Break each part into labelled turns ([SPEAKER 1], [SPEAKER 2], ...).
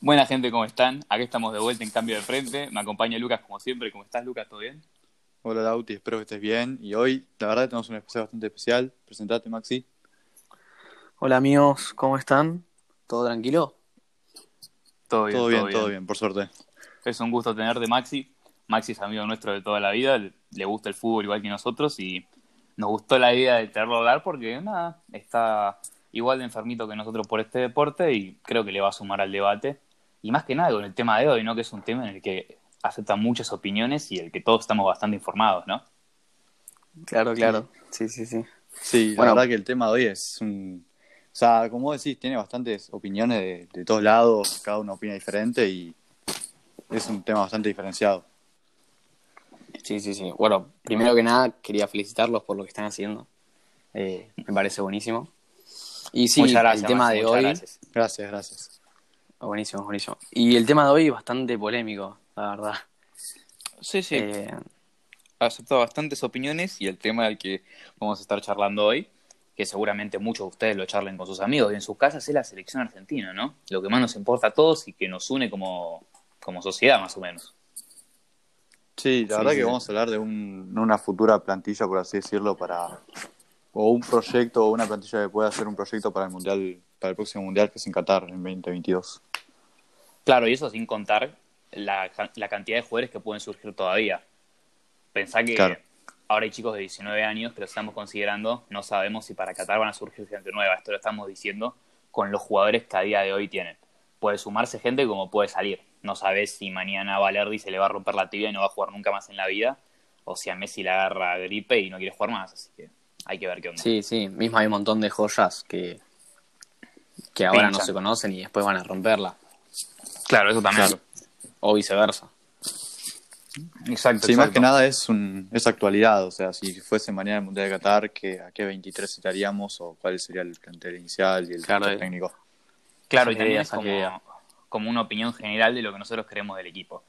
[SPEAKER 1] Buena gente, ¿cómo están? Aquí estamos de vuelta en Cambio de Frente. Me acompaña Lucas como siempre. ¿Cómo estás, Lucas? ¿Todo bien?
[SPEAKER 2] Hola Lauti, espero que estés bien. Y hoy, la verdad, tenemos un especial bastante especial. Presentate, Maxi.
[SPEAKER 3] Hola amigos, ¿cómo están? ¿Todo tranquilo?
[SPEAKER 1] Todo
[SPEAKER 2] Todo bien, todo bien, por suerte.
[SPEAKER 1] Es un gusto tenerte, Maxi. Maxi es amigo nuestro de toda la vida. le- Le gusta el fútbol igual que nosotros y nos gustó la idea de tenerlo a hablar porque, nada, está igual de enfermito que nosotros por este deporte y creo que le va a sumar al debate. Y más que nada con el tema de hoy, ¿no? Que es un tema en el que aceptan muchas opiniones y el que todos estamos bastante informados, ¿no?
[SPEAKER 3] Claro, claro. Sí, sí, sí.
[SPEAKER 2] Sí, la
[SPEAKER 3] Bueno.
[SPEAKER 2] verdad que el tema de hoy es un... O sea, como vos decís, tiene bastantes opiniones de, de todos lados, cada uno opina diferente y es un tema bastante diferenciado.
[SPEAKER 3] Sí, sí, sí. Bueno, primero que nada quería felicitarlos por lo que están haciendo. Eh, me parece buenísimo. Y sí,
[SPEAKER 1] Muchas gracias,
[SPEAKER 3] el tema
[SPEAKER 1] Maxi,
[SPEAKER 3] de
[SPEAKER 1] muchas
[SPEAKER 3] hoy...
[SPEAKER 1] gracias.
[SPEAKER 2] Gracias, gracias.
[SPEAKER 3] Buenísimo, buenísimo. Y el tema de hoy es bastante polémico, la verdad.
[SPEAKER 1] Sí, sí.
[SPEAKER 3] Eh,
[SPEAKER 1] aceptado bastantes opiniones y el tema del que vamos a estar charlando hoy, que seguramente muchos de ustedes lo charlen con sus amigos y en sus casas, es la selección argentina, ¿no? Lo que más nos importa a todos y que nos une como, como sociedad, más o menos.
[SPEAKER 2] Sí, la
[SPEAKER 3] Sí,
[SPEAKER 2] verdad
[SPEAKER 3] sí.
[SPEAKER 2] que vamos a hablar de un- una futura plantilla, por así decirlo, para o un proyecto o una plantilla que pueda ser un proyecto para el mundial, para el próximo mundial que es en Qatar en 2022.
[SPEAKER 1] Claro, y eso sin contar la, ca- la cantidad de jugadores que pueden surgir todavía. Pensá que
[SPEAKER 2] Claro.
[SPEAKER 1] ahora hay chicos de 19 años que los estamos considerando, no sabemos si para Qatar van a surgir gente nueva, esto lo estamos diciendo con los jugadores que a día de hoy tienen. Puede sumarse gente como puede salir. No sabes si mañana a Valerdi se le va a romper la tibia y no va a jugar nunca más en la vida, o si a Messi le agarra gripe y no quiere jugar más, así que hay que ver qué onda.
[SPEAKER 3] sí, sí. Mismo hay un montón de joyas que, que ahora no
[SPEAKER 1] Pinchan.
[SPEAKER 3] se conocen y después van a romperla.
[SPEAKER 1] claro, eso también.
[SPEAKER 3] O viceversa.
[SPEAKER 1] Exacto,
[SPEAKER 2] Sí, más que nada es un, es actualidad, o sea, si fuese mañana el mundial de Qatar, ¿qué, ¿a qué 23 estaríamos o cuál sería el plantel inicial y el
[SPEAKER 3] Claro,
[SPEAKER 2] plantel
[SPEAKER 3] eh.
[SPEAKER 2] técnico?
[SPEAKER 1] Claro, y
[SPEAKER 3] Saqué
[SPEAKER 1] también
[SPEAKER 3] idea,
[SPEAKER 1] es
[SPEAKER 3] saqué idea.
[SPEAKER 1] como, como una opinión general de lo que nosotros queremos del equipo.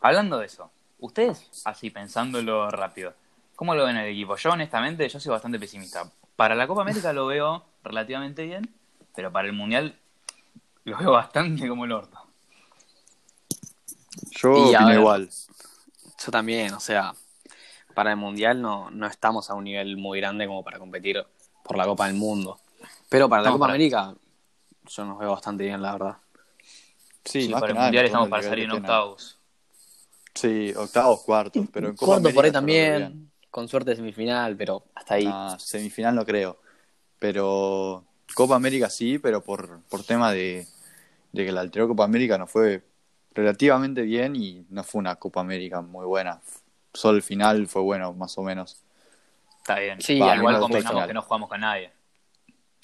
[SPEAKER 1] Hablando de eso, ustedes, así pensándolo rápido, ¿cómo lo ven el equipo? Yo, honestamente, yo soy bastante pesimista. Para la Copa América lo veo relativamente bien, pero para el Mundial lo veo bastante como el orto.
[SPEAKER 2] Yo
[SPEAKER 3] Y a
[SPEAKER 2] opino
[SPEAKER 3] ver.
[SPEAKER 2] igual.
[SPEAKER 3] Yo también, o sea, para el Mundial no, no estamos a un nivel muy grande como para competir por la Copa del Mundo. Pero para la
[SPEAKER 1] No,
[SPEAKER 3] Copa
[SPEAKER 1] para-
[SPEAKER 3] América yo nos veo bastante bien, la verdad.
[SPEAKER 2] Sí,
[SPEAKER 1] Sí,
[SPEAKER 2] más
[SPEAKER 1] para
[SPEAKER 2] que
[SPEAKER 1] el
[SPEAKER 2] nada,
[SPEAKER 1] Mundial
[SPEAKER 2] en
[SPEAKER 1] estamos
[SPEAKER 2] cuanto
[SPEAKER 1] para
[SPEAKER 2] al
[SPEAKER 1] salir en
[SPEAKER 2] nivel que tienen.
[SPEAKER 1] octavos.
[SPEAKER 2] Sí, octavos, cuartos, pero en Copa
[SPEAKER 3] Cuarto por ahí
[SPEAKER 2] América yo lo veo bien.
[SPEAKER 3] también, con suerte semifinal, pero hasta ahí.
[SPEAKER 2] Ah, semifinal no creo. Pero Copa América sí, pero por, por tema de, de que la anterior Copa América nos fue relativamente bien y no fue una Copa América muy buena. Solo el final fue bueno, más o menos.
[SPEAKER 1] Está bien.
[SPEAKER 3] Sí,
[SPEAKER 2] Va,
[SPEAKER 3] al
[SPEAKER 1] Igual
[SPEAKER 2] menos
[SPEAKER 3] menos
[SPEAKER 1] convengamos
[SPEAKER 2] final.
[SPEAKER 1] que no jugamos con nadie.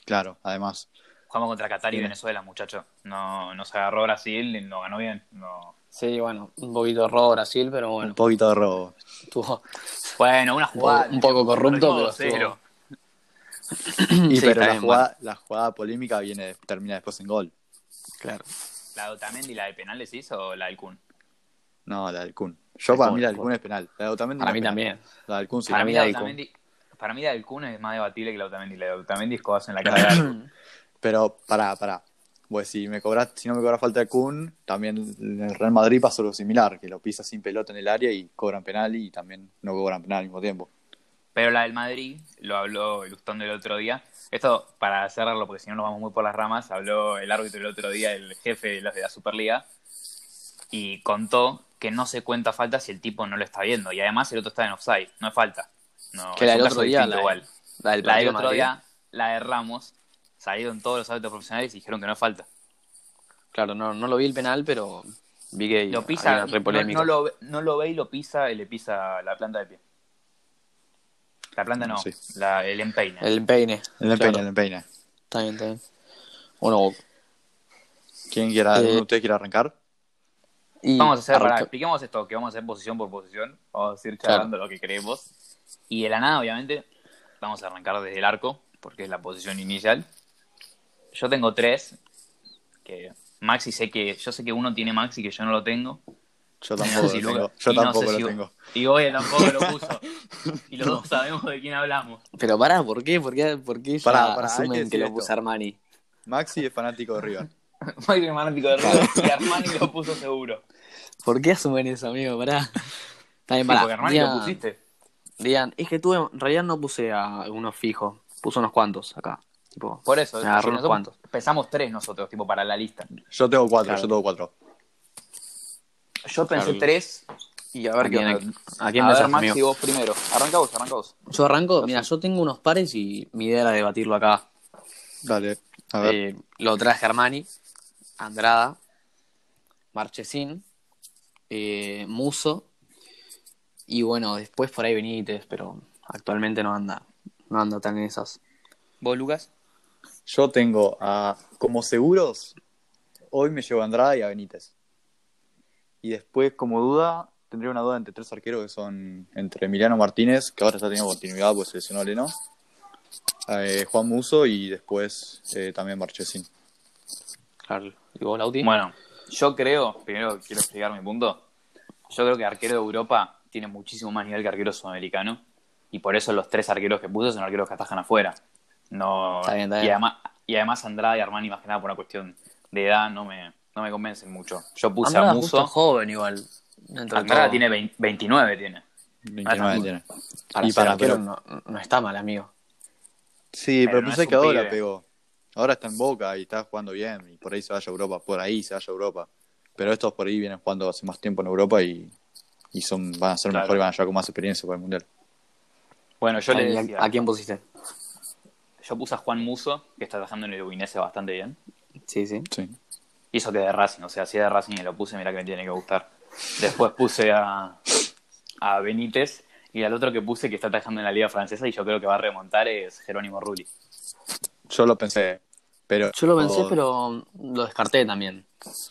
[SPEAKER 2] Claro, además.
[SPEAKER 1] Jugamos contra Qatar y
[SPEAKER 2] Sí.
[SPEAKER 1] Venezuela, muchachos. No, nos agarró Brasil y no ganó bien. No.
[SPEAKER 3] Sí, bueno, un poquito de robo Brasil, pero bueno,
[SPEAKER 2] Un poquito de robo.
[SPEAKER 3] estuvo
[SPEAKER 1] Bueno, una jugada.
[SPEAKER 3] un poco corrupto, pero estuvo-
[SPEAKER 1] cero.
[SPEAKER 2] Y
[SPEAKER 3] Sí,
[SPEAKER 2] pero
[SPEAKER 3] está
[SPEAKER 2] la
[SPEAKER 3] bien,
[SPEAKER 2] jugada, la jugada polémica viene, termina después en gol.
[SPEAKER 3] claro.
[SPEAKER 1] ¿La de Otamendi, la de penales hizo o la del Kun?
[SPEAKER 2] No, la del Kun. Yo para
[SPEAKER 3] Kun,
[SPEAKER 2] mí la del
[SPEAKER 3] Kun.
[SPEAKER 2] Kun es penal. La de Otamendi
[SPEAKER 3] Para
[SPEAKER 2] no es
[SPEAKER 3] mí
[SPEAKER 2] penal.
[SPEAKER 3] también.
[SPEAKER 2] La del Kun sí.
[SPEAKER 3] Para mí la del
[SPEAKER 1] Otamendi- para mí la del Kun es más debatible que la de Otamendi. La de Otamendi es codazo en la cara. de Kun.
[SPEAKER 2] Pero pará, pará. Pues si me cobras, si no me cobra falta de Kun, también en el Real Madrid pasó lo similar, que lo pisa sin pelota en el área y cobran penal y también no cobran penal al mismo tiempo. Pero
[SPEAKER 1] Pero la del Madrid, lo habló el Ustón del otro día. Esto, para cerrarlo, porque si no nos vamos muy por las ramas, habló el árbitro el otro día, el jefe de los de la Superliga, y contó que no se cuenta falta si el tipo no lo está viendo. Y además el otro está en offside, no es falta. No,
[SPEAKER 3] Que
[SPEAKER 1] es
[SPEAKER 3] la
[SPEAKER 1] un
[SPEAKER 3] del
[SPEAKER 1] caso
[SPEAKER 3] otro día,
[SPEAKER 1] distinto
[SPEAKER 3] la,
[SPEAKER 1] igual.
[SPEAKER 3] la del
[SPEAKER 1] La del
[SPEAKER 3] partido
[SPEAKER 1] otro
[SPEAKER 3] Madrid.
[SPEAKER 1] día, la de Ramos, salieron todos los árbitros profesionales y dijeron que no es falta.
[SPEAKER 3] Claro, no, no lo vi el penal, pero vi que
[SPEAKER 1] Lo
[SPEAKER 3] había
[SPEAKER 1] pisa,
[SPEAKER 3] una re
[SPEAKER 1] no,
[SPEAKER 3] polémica.
[SPEAKER 1] no lo, ve- no lo ve y lo pisa y le pisa la planta de pie. La planta no,
[SPEAKER 2] Sí.
[SPEAKER 1] la- el empeine.
[SPEAKER 3] El empeine.
[SPEAKER 2] El empeine,
[SPEAKER 3] claro.
[SPEAKER 2] el empeine.
[SPEAKER 3] Está bien, está bien. Bueno,
[SPEAKER 2] ¿Quién quiera,
[SPEAKER 3] Eh,
[SPEAKER 2] ¿alguno de ustedes quiere arrancar?
[SPEAKER 3] y
[SPEAKER 1] Vamos a hacer, pará,
[SPEAKER 3] arranca-
[SPEAKER 1] expliquemos esto, que vamos a hacer posición por posición, vamos a ir charlando lo que creemos. Y de la nada, obviamente, vamos a arrancar desde el arco, porque es la posición inicial. Yo tengo tres, que Maxi sé que, yo sé que uno tiene Maxi que yo no lo tengo.
[SPEAKER 2] Yo
[SPEAKER 1] Y no
[SPEAKER 2] tampoco
[SPEAKER 1] sé si
[SPEAKER 2] lo
[SPEAKER 1] Luca-
[SPEAKER 2] tengo. Yo
[SPEAKER 1] y no sé
[SPEAKER 2] tampoco
[SPEAKER 1] si-
[SPEAKER 2] lo tengo.
[SPEAKER 1] Y Goya tampoco lo puso. y los dos sabemos de quién hablamos.
[SPEAKER 3] Pero pará, ¿por qué? ¿Por qué, por qué ya
[SPEAKER 2] Pará, pará, hay que
[SPEAKER 3] asumen que,
[SPEAKER 2] decir
[SPEAKER 3] lo
[SPEAKER 2] esto.
[SPEAKER 3] puso Armani?
[SPEAKER 2] Maxi es fanático de River.
[SPEAKER 1] Macri es fanático de River y Armani lo puso seguro.
[SPEAKER 3] ¿Por qué asumen eso, amigo? Pará. También,
[SPEAKER 1] Sí,
[SPEAKER 3] pará.
[SPEAKER 1] porque Armani
[SPEAKER 3] digan,
[SPEAKER 1] lo pusiste.
[SPEAKER 3] digan, es que tuve, en realidad no puse a unos fijos, puse unos cuantos acá. Tipo,
[SPEAKER 1] Por eso,
[SPEAKER 3] Me agarró
[SPEAKER 1] si
[SPEAKER 3] unos
[SPEAKER 1] nosotros
[SPEAKER 3] cuantos.
[SPEAKER 1] pensamos tres nosotros, tipo, para la lista.
[SPEAKER 2] Yo tengo cuatro,
[SPEAKER 3] Claro.
[SPEAKER 2] yo tengo cuatro.
[SPEAKER 1] Yo pensé
[SPEAKER 4] Claro.
[SPEAKER 1] tres y a ver qué
[SPEAKER 3] quién-
[SPEAKER 1] onda.
[SPEAKER 3] a quién
[SPEAKER 1] a
[SPEAKER 3] pensás,
[SPEAKER 1] ver, Maxi,
[SPEAKER 3] amigo?
[SPEAKER 1] vos primero. Arranca vos, arranca vos.
[SPEAKER 3] Yo arranco, mira, yo tengo unos pares y mi idea era debatirlo acá.
[SPEAKER 2] Dale, a ver.
[SPEAKER 3] Eh, lo traje Armani, Andrada, Marchesín, eh, Muso. Y bueno, después por ahí Benítez, pero actualmente no anda, no anda tan en esas.
[SPEAKER 1] ¿Vos, Lucas?
[SPEAKER 2] Yo tengo a, como seguros, hoy me llevo a Andrada y a Benítez. Y después, como duda, tendría una duda entre tres arqueros que son entre Emiliano Martínez, que ahora está teniendo continuidad pues seleccionó a Leno, eh, Juan Muso y después eh, también Marchesín.
[SPEAKER 3] Claro. ¿Y vos, Lauti?
[SPEAKER 1] Bueno, yo creo, primero quiero explicar mi punto. Yo creo que arquero de Europa tiene muchísimo más nivel que arquero sudamericano. Y por eso los tres arqueros que puse son arqueros que atajan afuera. No,
[SPEAKER 3] Está bien, está bien.
[SPEAKER 1] Y, además, y además Andrade y Armani, más que nada por una cuestión de edad, no me, no me convencen mucho. Yo puse
[SPEAKER 3] Andrada
[SPEAKER 1] a
[SPEAKER 3] justo es
[SPEAKER 1] Muso.
[SPEAKER 3] joven igual. dentro de
[SPEAKER 1] Andrada
[SPEAKER 3] todo.
[SPEAKER 1] tiene 20 29, tiene.
[SPEAKER 2] 29 tiene.
[SPEAKER 3] Para
[SPEAKER 2] y
[SPEAKER 3] ser
[SPEAKER 2] para
[SPEAKER 3] arquero
[SPEAKER 2] arquero.
[SPEAKER 3] no, no está mal, amigo.
[SPEAKER 2] Sí, pero,
[SPEAKER 1] Pero no
[SPEAKER 2] pensé
[SPEAKER 1] es un
[SPEAKER 2] que ahora
[SPEAKER 1] pibe.
[SPEAKER 2] pegó. Ahora está en Boca y está jugando bien. Y por ahí se vaya a Europa. Por ahí se vaya a Europa. Pero estos por ahí vienen jugando hace más tiempo en Europa y, y son, van a ser
[SPEAKER 1] Claro.
[SPEAKER 2] mejores, van a llegar con más experiencia para el Mundial.
[SPEAKER 1] Bueno, yo le
[SPEAKER 3] Ahí, ¿a-
[SPEAKER 1] decía,
[SPEAKER 3] ¿A quién pusiste?
[SPEAKER 1] yo puse a Juan Muso, que está atajando en el Udinese bastante bien.
[SPEAKER 3] Sí, sí.
[SPEAKER 2] Sí.
[SPEAKER 1] Y eso que de Racing, o sea, si es de Racing y lo puse, mira que me tiene que gustar. Después puse a, a Benítez y al otro que puse que está atajando en la Liga Francesa y yo creo que va a remontar es Jerónimo Rulli.
[SPEAKER 2] Yo lo pensé. Pero
[SPEAKER 3] Yo lo pensé,
[SPEAKER 2] o-
[SPEAKER 3] pero lo descarté también.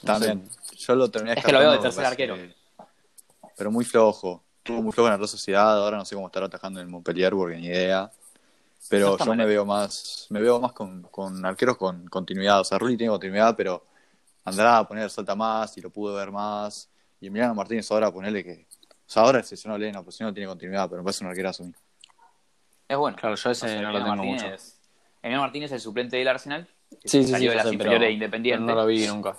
[SPEAKER 2] También. Yo lo terminé
[SPEAKER 1] Es que lo veo de
[SPEAKER 2] descartando
[SPEAKER 1] tercer
[SPEAKER 2] porque parece que- Pero muy flojo. Estuvo muy flojo en la Real Sociedad. Ahora no sé cómo estará atajando en el Montpellier porque ni idea.
[SPEAKER 1] No
[SPEAKER 2] Pero
[SPEAKER 1] está
[SPEAKER 2] yo
[SPEAKER 1] mal,
[SPEAKER 2] me
[SPEAKER 1] eh.
[SPEAKER 2] veo más me veo más con, con arqueros con continuidad. O sea, Rulli tiene continuidad, pero Andrada a poner salta más y lo pude ver más. Y Emiliano Martínez ahora ponerle que. O sea, ahora se no Lena, pues si no tiene continuidad, pero me parece un arquerazo. a mí.
[SPEAKER 1] Es bueno.
[SPEAKER 3] Claro, yo ese
[SPEAKER 1] O sea,
[SPEAKER 3] no lo
[SPEAKER 1] Emiliano
[SPEAKER 3] tengo
[SPEAKER 1] Martínez,
[SPEAKER 3] mucho.
[SPEAKER 1] Emiliano Martínez es el suplente del Arsenal. que
[SPEAKER 3] Sí, sí, sí.
[SPEAKER 1] salió de
[SPEAKER 3] ya
[SPEAKER 1] las
[SPEAKER 3] sé,
[SPEAKER 1] inferiores
[SPEAKER 3] pero-
[SPEAKER 1] de Independiente.
[SPEAKER 3] pero No lo vi nunca.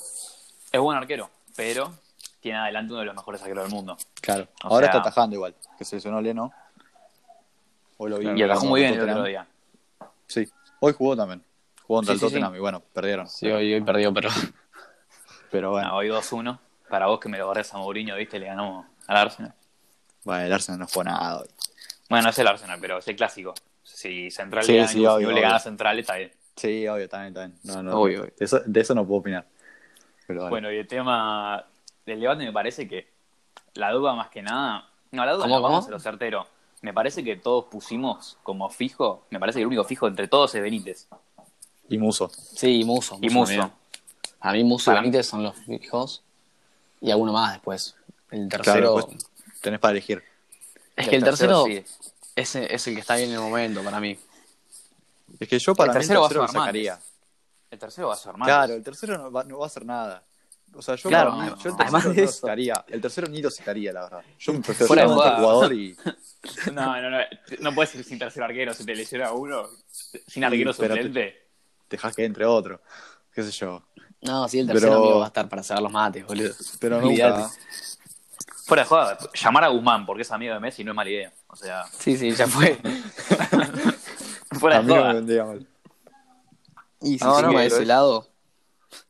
[SPEAKER 1] Es buen arquero, pero tiene adelante uno de los mejores arqueros del mundo.
[SPEAKER 2] Claro.
[SPEAKER 1] O
[SPEAKER 2] Ahora
[SPEAKER 1] sea-
[SPEAKER 2] está atajando igual, que se lesionó Leno. Hoy lo vi.
[SPEAKER 1] y atajó
[SPEAKER 2] cuando
[SPEAKER 1] muy bien el
[SPEAKER 2] Tottenham.
[SPEAKER 1] otro día.
[SPEAKER 2] Sí. Hoy jugó también. Jugó contra
[SPEAKER 1] Sí,
[SPEAKER 2] el
[SPEAKER 1] sí, sí.
[SPEAKER 2] Tottenham y bueno, perdieron.
[SPEAKER 3] Sí, hoy, hoy perdió, pero.
[SPEAKER 2] Pero bueno.
[SPEAKER 1] Bueno, hoy 2-1. Para vos que me lo borres a Mourinho, viste, le ganamos al Arsenal.
[SPEAKER 2] Bueno, el Arsenal no fue nada hoy.
[SPEAKER 1] Bueno, es el Arsenal, pero es el clásico. Si Central
[SPEAKER 2] Sí,
[SPEAKER 1] le gana,
[SPEAKER 2] sí,
[SPEAKER 1] Newell's,
[SPEAKER 2] obvio,
[SPEAKER 1] Newell's le gana a
[SPEAKER 2] obvio.
[SPEAKER 1] Central, está bien.
[SPEAKER 2] Sí, obvio, también, también. No, no,
[SPEAKER 3] Obvio, obvio.
[SPEAKER 2] De, eso, de eso no puedo opinar. Pero dale.
[SPEAKER 1] Bueno, y el tema del debate me parece que la duda más que nada. No, la duda
[SPEAKER 3] ¿Cómo,
[SPEAKER 1] no,
[SPEAKER 3] cómo?
[SPEAKER 1] vamos a lo certero. Me parece que todos pusimos como fijo, me parece que el único fijo entre todos es Benítez
[SPEAKER 2] Y Muso.
[SPEAKER 3] Sí, y Muso.
[SPEAKER 1] y
[SPEAKER 3] también.
[SPEAKER 1] Muso.
[SPEAKER 3] A mí Muso y
[SPEAKER 1] Para-
[SPEAKER 3] Benítez son los fijos. Y alguno más después. El tercero.
[SPEAKER 2] Claro, pues, tenés para elegir.
[SPEAKER 3] es que el tercero,
[SPEAKER 1] sí.
[SPEAKER 3] es, es el que está bien en el momento para mí.
[SPEAKER 2] Es que yo para
[SPEAKER 1] El
[SPEAKER 2] mí
[SPEAKER 1] tercero
[SPEAKER 2] el
[SPEAKER 1] va a
[SPEAKER 2] tercero
[SPEAKER 1] ser
[SPEAKER 2] lo
[SPEAKER 1] Armani.
[SPEAKER 2] sacaría.
[SPEAKER 1] El tercero va a su hermano.
[SPEAKER 2] Claro, el tercero no va, no va a hacer nada. O sea, yo,
[SPEAKER 3] Claro,
[SPEAKER 2] para mí- yo el
[SPEAKER 3] además
[SPEAKER 2] tercero
[SPEAKER 3] de
[SPEAKER 2] no lo
[SPEAKER 3] eso.
[SPEAKER 2] sacaría. El tercero ni lo sacaría, la verdad. Yo me prefiero
[SPEAKER 1] Fuera de
[SPEAKER 2] sacar a otro
[SPEAKER 1] joda.
[SPEAKER 2] jugador y.
[SPEAKER 1] No, no, no. No puedes ir sin tercer arquero, si te lesiona uno. Sin arquero
[SPEAKER 2] Sí, pero te-
[SPEAKER 1] suplente.
[SPEAKER 2] dejás que entre otro. Qué sé yo.
[SPEAKER 3] No, sí, el tercero
[SPEAKER 2] Pero-
[SPEAKER 3] amigo, va a estar para sacar los mates, boludo.
[SPEAKER 2] Pero
[SPEAKER 3] Olvídate.
[SPEAKER 2] nunca.
[SPEAKER 1] Fuera de joda, llamar a Guzmán porque es amigo de Messi no es mala idea. O sea,
[SPEAKER 3] Sí, sí, ya fue.
[SPEAKER 1] fuera
[SPEAKER 2] A
[SPEAKER 1] de
[SPEAKER 2] mí no me
[SPEAKER 1] joda.
[SPEAKER 2] vendría mal.
[SPEAKER 3] Y si
[SPEAKER 2] No,
[SPEAKER 3] no,
[SPEAKER 2] no, pero
[SPEAKER 3] ese
[SPEAKER 2] es-
[SPEAKER 3] lado.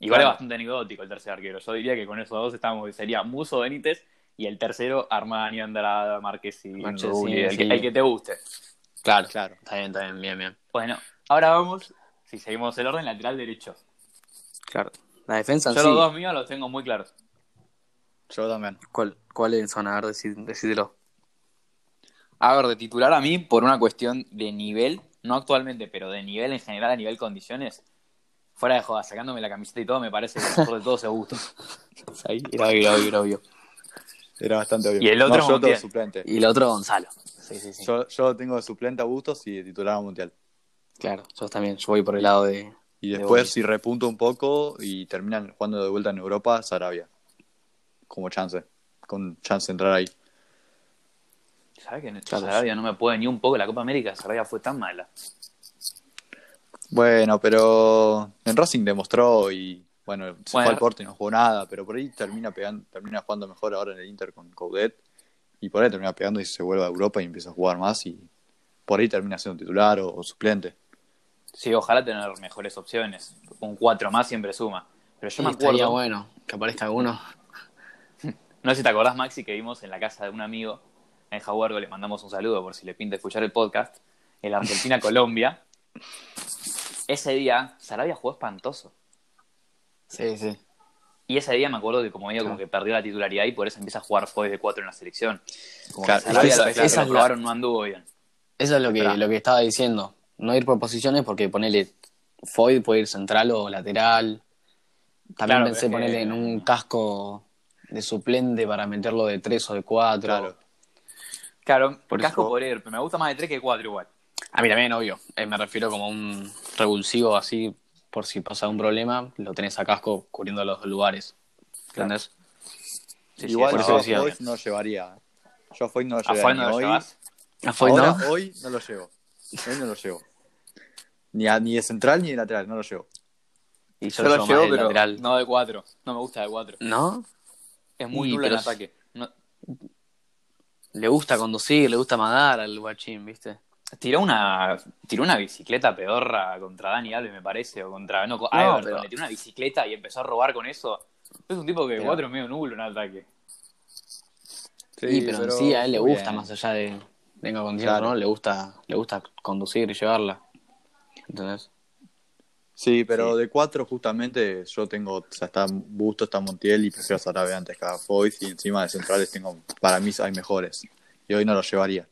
[SPEAKER 1] Igual
[SPEAKER 2] Claro.
[SPEAKER 1] es bastante anecdótico el tercer arquero. Yo diría que con esos dos estamos, sería Muso Benítez y el tercero Armani Andrada, Márquez y
[SPEAKER 3] Manchesín,
[SPEAKER 1] Rulli, el, que-
[SPEAKER 3] sí.
[SPEAKER 1] el que te guste.
[SPEAKER 3] Claro.
[SPEAKER 2] Claro.
[SPEAKER 3] Está bien, está bien, bien, bien.
[SPEAKER 1] Bueno, ahora vamos, si seguimos el orden, lateral derecho.
[SPEAKER 3] Claro. La defensa
[SPEAKER 1] Yo
[SPEAKER 3] en
[SPEAKER 1] los
[SPEAKER 3] sí.
[SPEAKER 1] dos míos los tengo muy claros.
[SPEAKER 2] Yo también.
[SPEAKER 3] ¿Cuál, ¿Cuál es el sonar? Decí- Decídelo.
[SPEAKER 1] A ver, de titular a mí, por una cuestión de nivel, no actualmente, pero de nivel en general, a nivel condiciones, fuera de joda, sacándome la camiseta y todo, me parece que el mejor de todos es Gusto.
[SPEAKER 3] Ahí, Era obvio, era obvio, era obvio.
[SPEAKER 2] Era bastante obvio.
[SPEAKER 1] Y el otro
[SPEAKER 2] No, yo tengo
[SPEAKER 1] Montiel.
[SPEAKER 2] de suplente.
[SPEAKER 3] Y el otro, Gonzalo. Sí, sí, sí.
[SPEAKER 2] Yo, yo tengo de suplente a Bustos y de titular a Mundial.
[SPEAKER 3] Claro, yo también. Yo voy por el lado de.
[SPEAKER 2] Y
[SPEAKER 3] de
[SPEAKER 2] después,
[SPEAKER 3] Boris.
[SPEAKER 2] si repunto un poco y terminan jugando de vuelta en Europa, Sarabia. Como chance. Con chance de entrar ahí.
[SPEAKER 1] ¿Sabes que
[SPEAKER 3] Claro.
[SPEAKER 1] Sarabia no me puede ni un poco la Copa América? Sarabia fue tan mala.
[SPEAKER 2] Bueno, pero en Racing demostró y Bueno, se
[SPEAKER 1] Bueno.
[SPEAKER 2] fue al corte y no jugó nada, pero por ahí termina pegando, termina jugando mejor ahora en el Inter con Coudet. Y por ahí termina pegando y se vuelve a Europa y empieza a jugar más y por ahí termina siendo titular o, o suplente.
[SPEAKER 1] Sí, ojalá tener mejores opciones. Un 4 más siempre suma. Pero yo
[SPEAKER 3] Y
[SPEAKER 1] me
[SPEAKER 3] estaría
[SPEAKER 1] acuerdo,
[SPEAKER 3] bueno que aparezca alguno.
[SPEAKER 1] no sé si te acordás, Maxi, que vimos en la casa de un amigo en Jaguargo, le mandamos un saludo por si le pinta escuchar el podcast, en la Argentina-Colombia. Ese día, Sarabia jugó espantoso.
[SPEAKER 3] Sí, sí.
[SPEAKER 1] Y ese día me acuerdo que como medio como que perdió la titularidad y por eso empieza a jugar jueves de 4 en la selección. Como
[SPEAKER 2] Claro,
[SPEAKER 1] que Sarabia,
[SPEAKER 3] esa-
[SPEAKER 1] a veces que
[SPEAKER 3] esa
[SPEAKER 1] lo
[SPEAKER 3] es la-
[SPEAKER 1] probaron, no anduvo bien.
[SPEAKER 3] Eso es lo que,
[SPEAKER 1] Esperá.
[SPEAKER 3] lo que estaba diciendo. No ir por posiciones porque ponele Foyd puede ir central o lateral. También
[SPEAKER 1] Claro,
[SPEAKER 3] pensé
[SPEAKER 1] es que-
[SPEAKER 3] ponerle en un casco de suplente para meterlo de tres o de cuatro.
[SPEAKER 2] Claro.
[SPEAKER 1] Claro,
[SPEAKER 3] Por
[SPEAKER 1] casco
[SPEAKER 3] eso-
[SPEAKER 1] por ir, pero me gusta más de 3 que de 4 igual.
[SPEAKER 3] A mí también, obvio. Eh, me refiero como a un revulsivo así, por si pasa un problema, lo tenés a casco cubriendo los dos lugares. ¿Entendés?
[SPEAKER 1] Sí, sí,
[SPEAKER 2] Igual
[SPEAKER 1] por
[SPEAKER 3] eso
[SPEAKER 2] yo a
[SPEAKER 3] decía.
[SPEAKER 2] Foyt no lo llevaría. Yo a Foyt no lo
[SPEAKER 1] a
[SPEAKER 2] llevaría.
[SPEAKER 1] Fuan
[SPEAKER 2] ni
[SPEAKER 1] no lo
[SPEAKER 2] hoy.
[SPEAKER 1] llevas.
[SPEAKER 3] ¿A Foyt
[SPEAKER 2] Ahora,
[SPEAKER 3] no?
[SPEAKER 2] Hoy no lo llevo. Hoy no lo llevo. Ni, a- ni de central ni de lateral, no lo llevo.
[SPEAKER 3] Y
[SPEAKER 1] Yo lo
[SPEAKER 3] más
[SPEAKER 1] llevo,
[SPEAKER 3] de
[SPEAKER 1] pero
[SPEAKER 3] lateral.
[SPEAKER 1] no de 4. No me gusta de 4.
[SPEAKER 3] ¿No?
[SPEAKER 1] Es muy
[SPEAKER 3] Y,
[SPEAKER 1] nulo
[SPEAKER 3] pero
[SPEAKER 1] el
[SPEAKER 3] es-
[SPEAKER 1] ataque. No-
[SPEAKER 3] Le gusta conducir, le gusta mandar al guachín, ¿viste?
[SPEAKER 1] Tiró una, tiró una bicicleta pedorra contra Dani Alves, me parece, o contra no, con- a
[SPEAKER 3] No,
[SPEAKER 1] Everton.
[SPEAKER 3] pero-
[SPEAKER 1] Le tiró una bicicleta y empezó a robar con eso. Es un tipo que de
[SPEAKER 2] Pero-
[SPEAKER 1] cuatro es medio nulo en ataque.
[SPEAKER 3] y pero, en sí a él le
[SPEAKER 2] muy
[SPEAKER 3] gusta,
[SPEAKER 2] bien.
[SPEAKER 3] más allá de tenga condición o
[SPEAKER 2] Claro.
[SPEAKER 3] no, le gusta, le gusta conducir y llevarla. ¿Entendés?
[SPEAKER 2] Sí, pero de cuatro justamente yo tengo, o sea, está Busto, está Montiel y prefiero a Sarabia antes que a Foyt y encima de centrales tengo, para mí hay mejores. Y hoy no lo llevaría.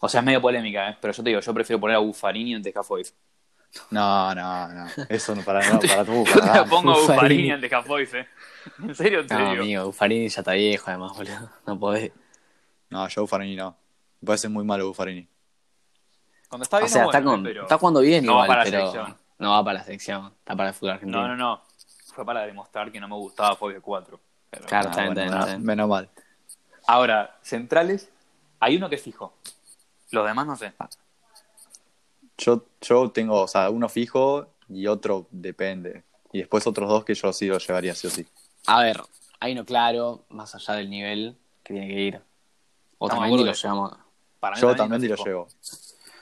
[SPEAKER 1] O sea, es medio polémica, ¿eh? pero yo te digo, yo prefiero poner a Buffarini antes que a Foyf.
[SPEAKER 3] Ah,
[SPEAKER 2] No, no, no. Eso no para no, para tú,
[SPEAKER 1] Yo
[SPEAKER 2] para
[SPEAKER 1] te
[SPEAKER 2] nada.
[SPEAKER 1] pongo a Buffarini
[SPEAKER 3] Buffarini.
[SPEAKER 1] antes que a Foyf, ¿eh? En serio te
[SPEAKER 3] No,
[SPEAKER 1] digo.
[SPEAKER 3] Ah, amigo, Farini ya está viejo además, boludo. No podés.
[SPEAKER 2] No, yo Buffarini no. Me parece muy malo Buffarini.
[SPEAKER 1] Cuando está bien,
[SPEAKER 3] o sea,
[SPEAKER 1] es
[SPEAKER 3] está,
[SPEAKER 1] bueno,
[SPEAKER 3] con,
[SPEAKER 1] pero-
[SPEAKER 3] está jugando bien
[SPEAKER 1] no va
[SPEAKER 3] igual,
[SPEAKER 1] para la
[SPEAKER 3] pero
[SPEAKER 1] selección.
[SPEAKER 3] no va para la selección, está para el fútbol argentino.
[SPEAKER 1] No, no, no. Fue para demostrar que no me gustaba Foyf de 4.
[SPEAKER 3] Claro,
[SPEAKER 2] Ah,
[SPEAKER 3] está
[SPEAKER 2] bueno,
[SPEAKER 3] bien, está bien,
[SPEAKER 2] nada,
[SPEAKER 3] está bien.
[SPEAKER 2] menos mal.
[SPEAKER 1] Ahora, centrales, hay uno que es fijo. Los demás no sé.
[SPEAKER 3] Ah.
[SPEAKER 2] Yo, yo tengo, o sea, uno fijo y otro depende. Y después otros dos que yo sí los llevaría sí o sí.
[SPEAKER 3] A ver, hay uno claro, más allá del nivel que tiene que ir. O
[SPEAKER 1] Estamos de
[SPEAKER 3] también
[SPEAKER 1] acuerdo
[SPEAKER 3] lo
[SPEAKER 1] que-
[SPEAKER 3] llevamos.
[SPEAKER 1] Para mí
[SPEAKER 2] Yo
[SPEAKER 1] no
[SPEAKER 2] también
[SPEAKER 1] es
[SPEAKER 2] lo
[SPEAKER 1] fijo.
[SPEAKER 2] llevo.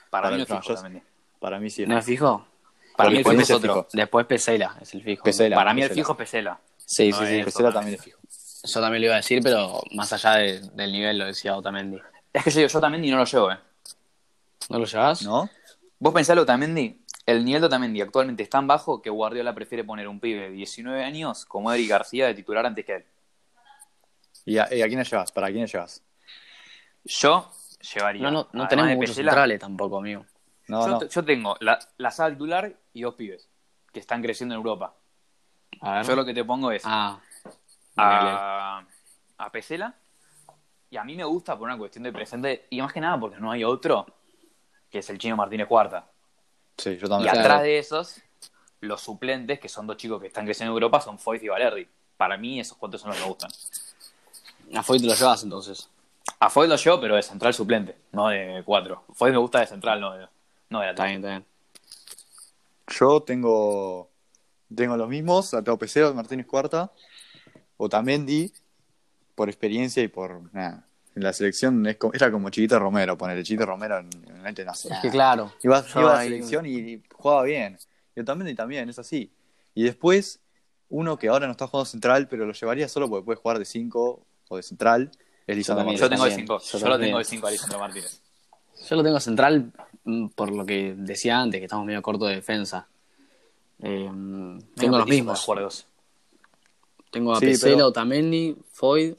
[SPEAKER 1] Para
[SPEAKER 2] Para
[SPEAKER 1] mí no
[SPEAKER 2] mí
[SPEAKER 1] es
[SPEAKER 2] no,
[SPEAKER 1] fijo
[SPEAKER 2] yo-
[SPEAKER 1] también.
[SPEAKER 2] Para mí sí.
[SPEAKER 3] ¿No es fijo?
[SPEAKER 1] Para
[SPEAKER 2] Para
[SPEAKER 1] mí
[SPEAKER 2] mí
[SPEAKER 1] el fijo
[SPEAKER 2] Después el
[SPEAKER 1] es
[SPEAKER 2] fijo es
[SPEAKER 1] otro.
[SPEAKER 2] fijo.
[SPEAKER 3] Después Pesela es el fijo.
[SPEAKER 2] Pesela.
[SPEAKER 1] Para mí el
[SPEAKER 2] Pesela.
[SPEAKER 1] fijo es Pesela.
[SPEAKER 3] Sí,
[SPEAKER 1] No
[SPEAKER 3] sí, sí.
[SPEAKER 1] es-
[SPEAKER 2] Pesela también es fijo.
[SPEAKER 3] Yo también lo iba a decir, pero más allá de- del nivel lo decía Otamendi.
[SPEAKER 1] Es que yo, yo Otamendi no lo llevo, ¿eh?
[SPEAKER 3] ¿No lo llevas?
[SPEAKER 2] ¿No?
[SPEAKER 1] Vos pensás lo Otamendi, el nivel de Otamendi actualmente es tan bajo que Guardiola prefiere poner un pibe de 19 años como Eric García de titular antes que él.
[SPEAKER 2] ¿Y a, y a quién la llevas? ¿Para quién la llevas?
[SPEAKER 1] Yo llevaría.
[SPEAKER 3] No, no, no
[SPEAKER 1] además
[SPEAKER 3] tenemos
[SPEAKER 1] de
[SPEAKER 3] muchos
[SPEAKER 1] Pesela,
[SPEAKER 3] centrales tampoco, amigo.
[SPEAKER 2] No,
[SPEAKER 1] yo,
[SPEAKER 2] no.
[SPEAKER 1] te- yo tengo la, la sala titular y dos pibes que están creciendo en Europa.
[SPEAKER 3] A ver.
[SPEAKER 1] Yo lo que te pongo es
[SPEAKER 3] Ah.
[SPEAKER 1] a, a Pesela. Y a mí me gusta por una cuestión de presente y más que nada porque no hay otro que es el chino Martínez Cuarta.
[SPEAKER 2] Sí, yo
[SPEAKER 1] Y
[SPEAKER 2] también.
[SPEAKER 3] Claro.
[SPEAKER 1] atrás de esos, los suplentes, que son dos chicos que están creciendo en Europa, son Foyt y Valerdi. Para mí, esos cuantos son los que me gustan.
[SPEAKER 3] A Foyt lo llevas entonces.
[SPEAKER 1] A Foyt lo llevo, pero de central suplente, no de cuatro. Foyt me gusta de central, no de, no de
[SPEAKER 3] Está
[SPEAKER 1] ataque.
[SPEAKER 3] bien, está bien.
[SPEAKER 2] Yo tengo tengo los mismos, a Teo Pesero, Martínez Cuarta, Otamendi, por experiencia y por nada. En la selección es co- era como Chiquito Romero, poner Chiquito Romero en, en el
[SPEAKER 3] Es que
[SPEAKER 2] internacional.
[SPEAKER 3] claro.
[SPEAKER 2] Iba,
[SPEAKER 3] yo
[SPEAKER 2] iba a la
[SPEAKER 3] ahí-
[SPEAKER 2] selección y, y jugaba bien. Y Otamendi también, es así. Y después, uno que ahora no está jugando central, pero lo llevaría solo porque puede jugar de 5 o de central, es Lisandro
[SPEAKER 3] también,
[SPEAKER 1] Yo
[SPEAKER 2] Martínez.
[SPEAKER 1] tengo de cinco.
[SPEAKER 3] También,
[SPEAKER 1] Yo,
[SPEAKER 3] yo
[SPEAKER 1] lo
[SPEAKER 3] también.
[SPEAKER 1] tengo de cinco a Lisandro Martínez.
[SPEAKER 3] Yo lo tengo central mm, por lo que decía antes, que estamos medio corto de defensa. Eh, tengo
[SPEAKER 1] Medio
[SPEAKER 3] los
[SPEAKER 1] petiso para
[SPEAKER 3] mismos.
[SPEAKER 1] jugar de dos.
[SPEAKER 3] Tengo a
[SPEAKER 2] Sí,
[SPEAKER 3] Pesela,
[SPEAKER 2] pero-
[SPEAKER 3] Otamendi, Foyt,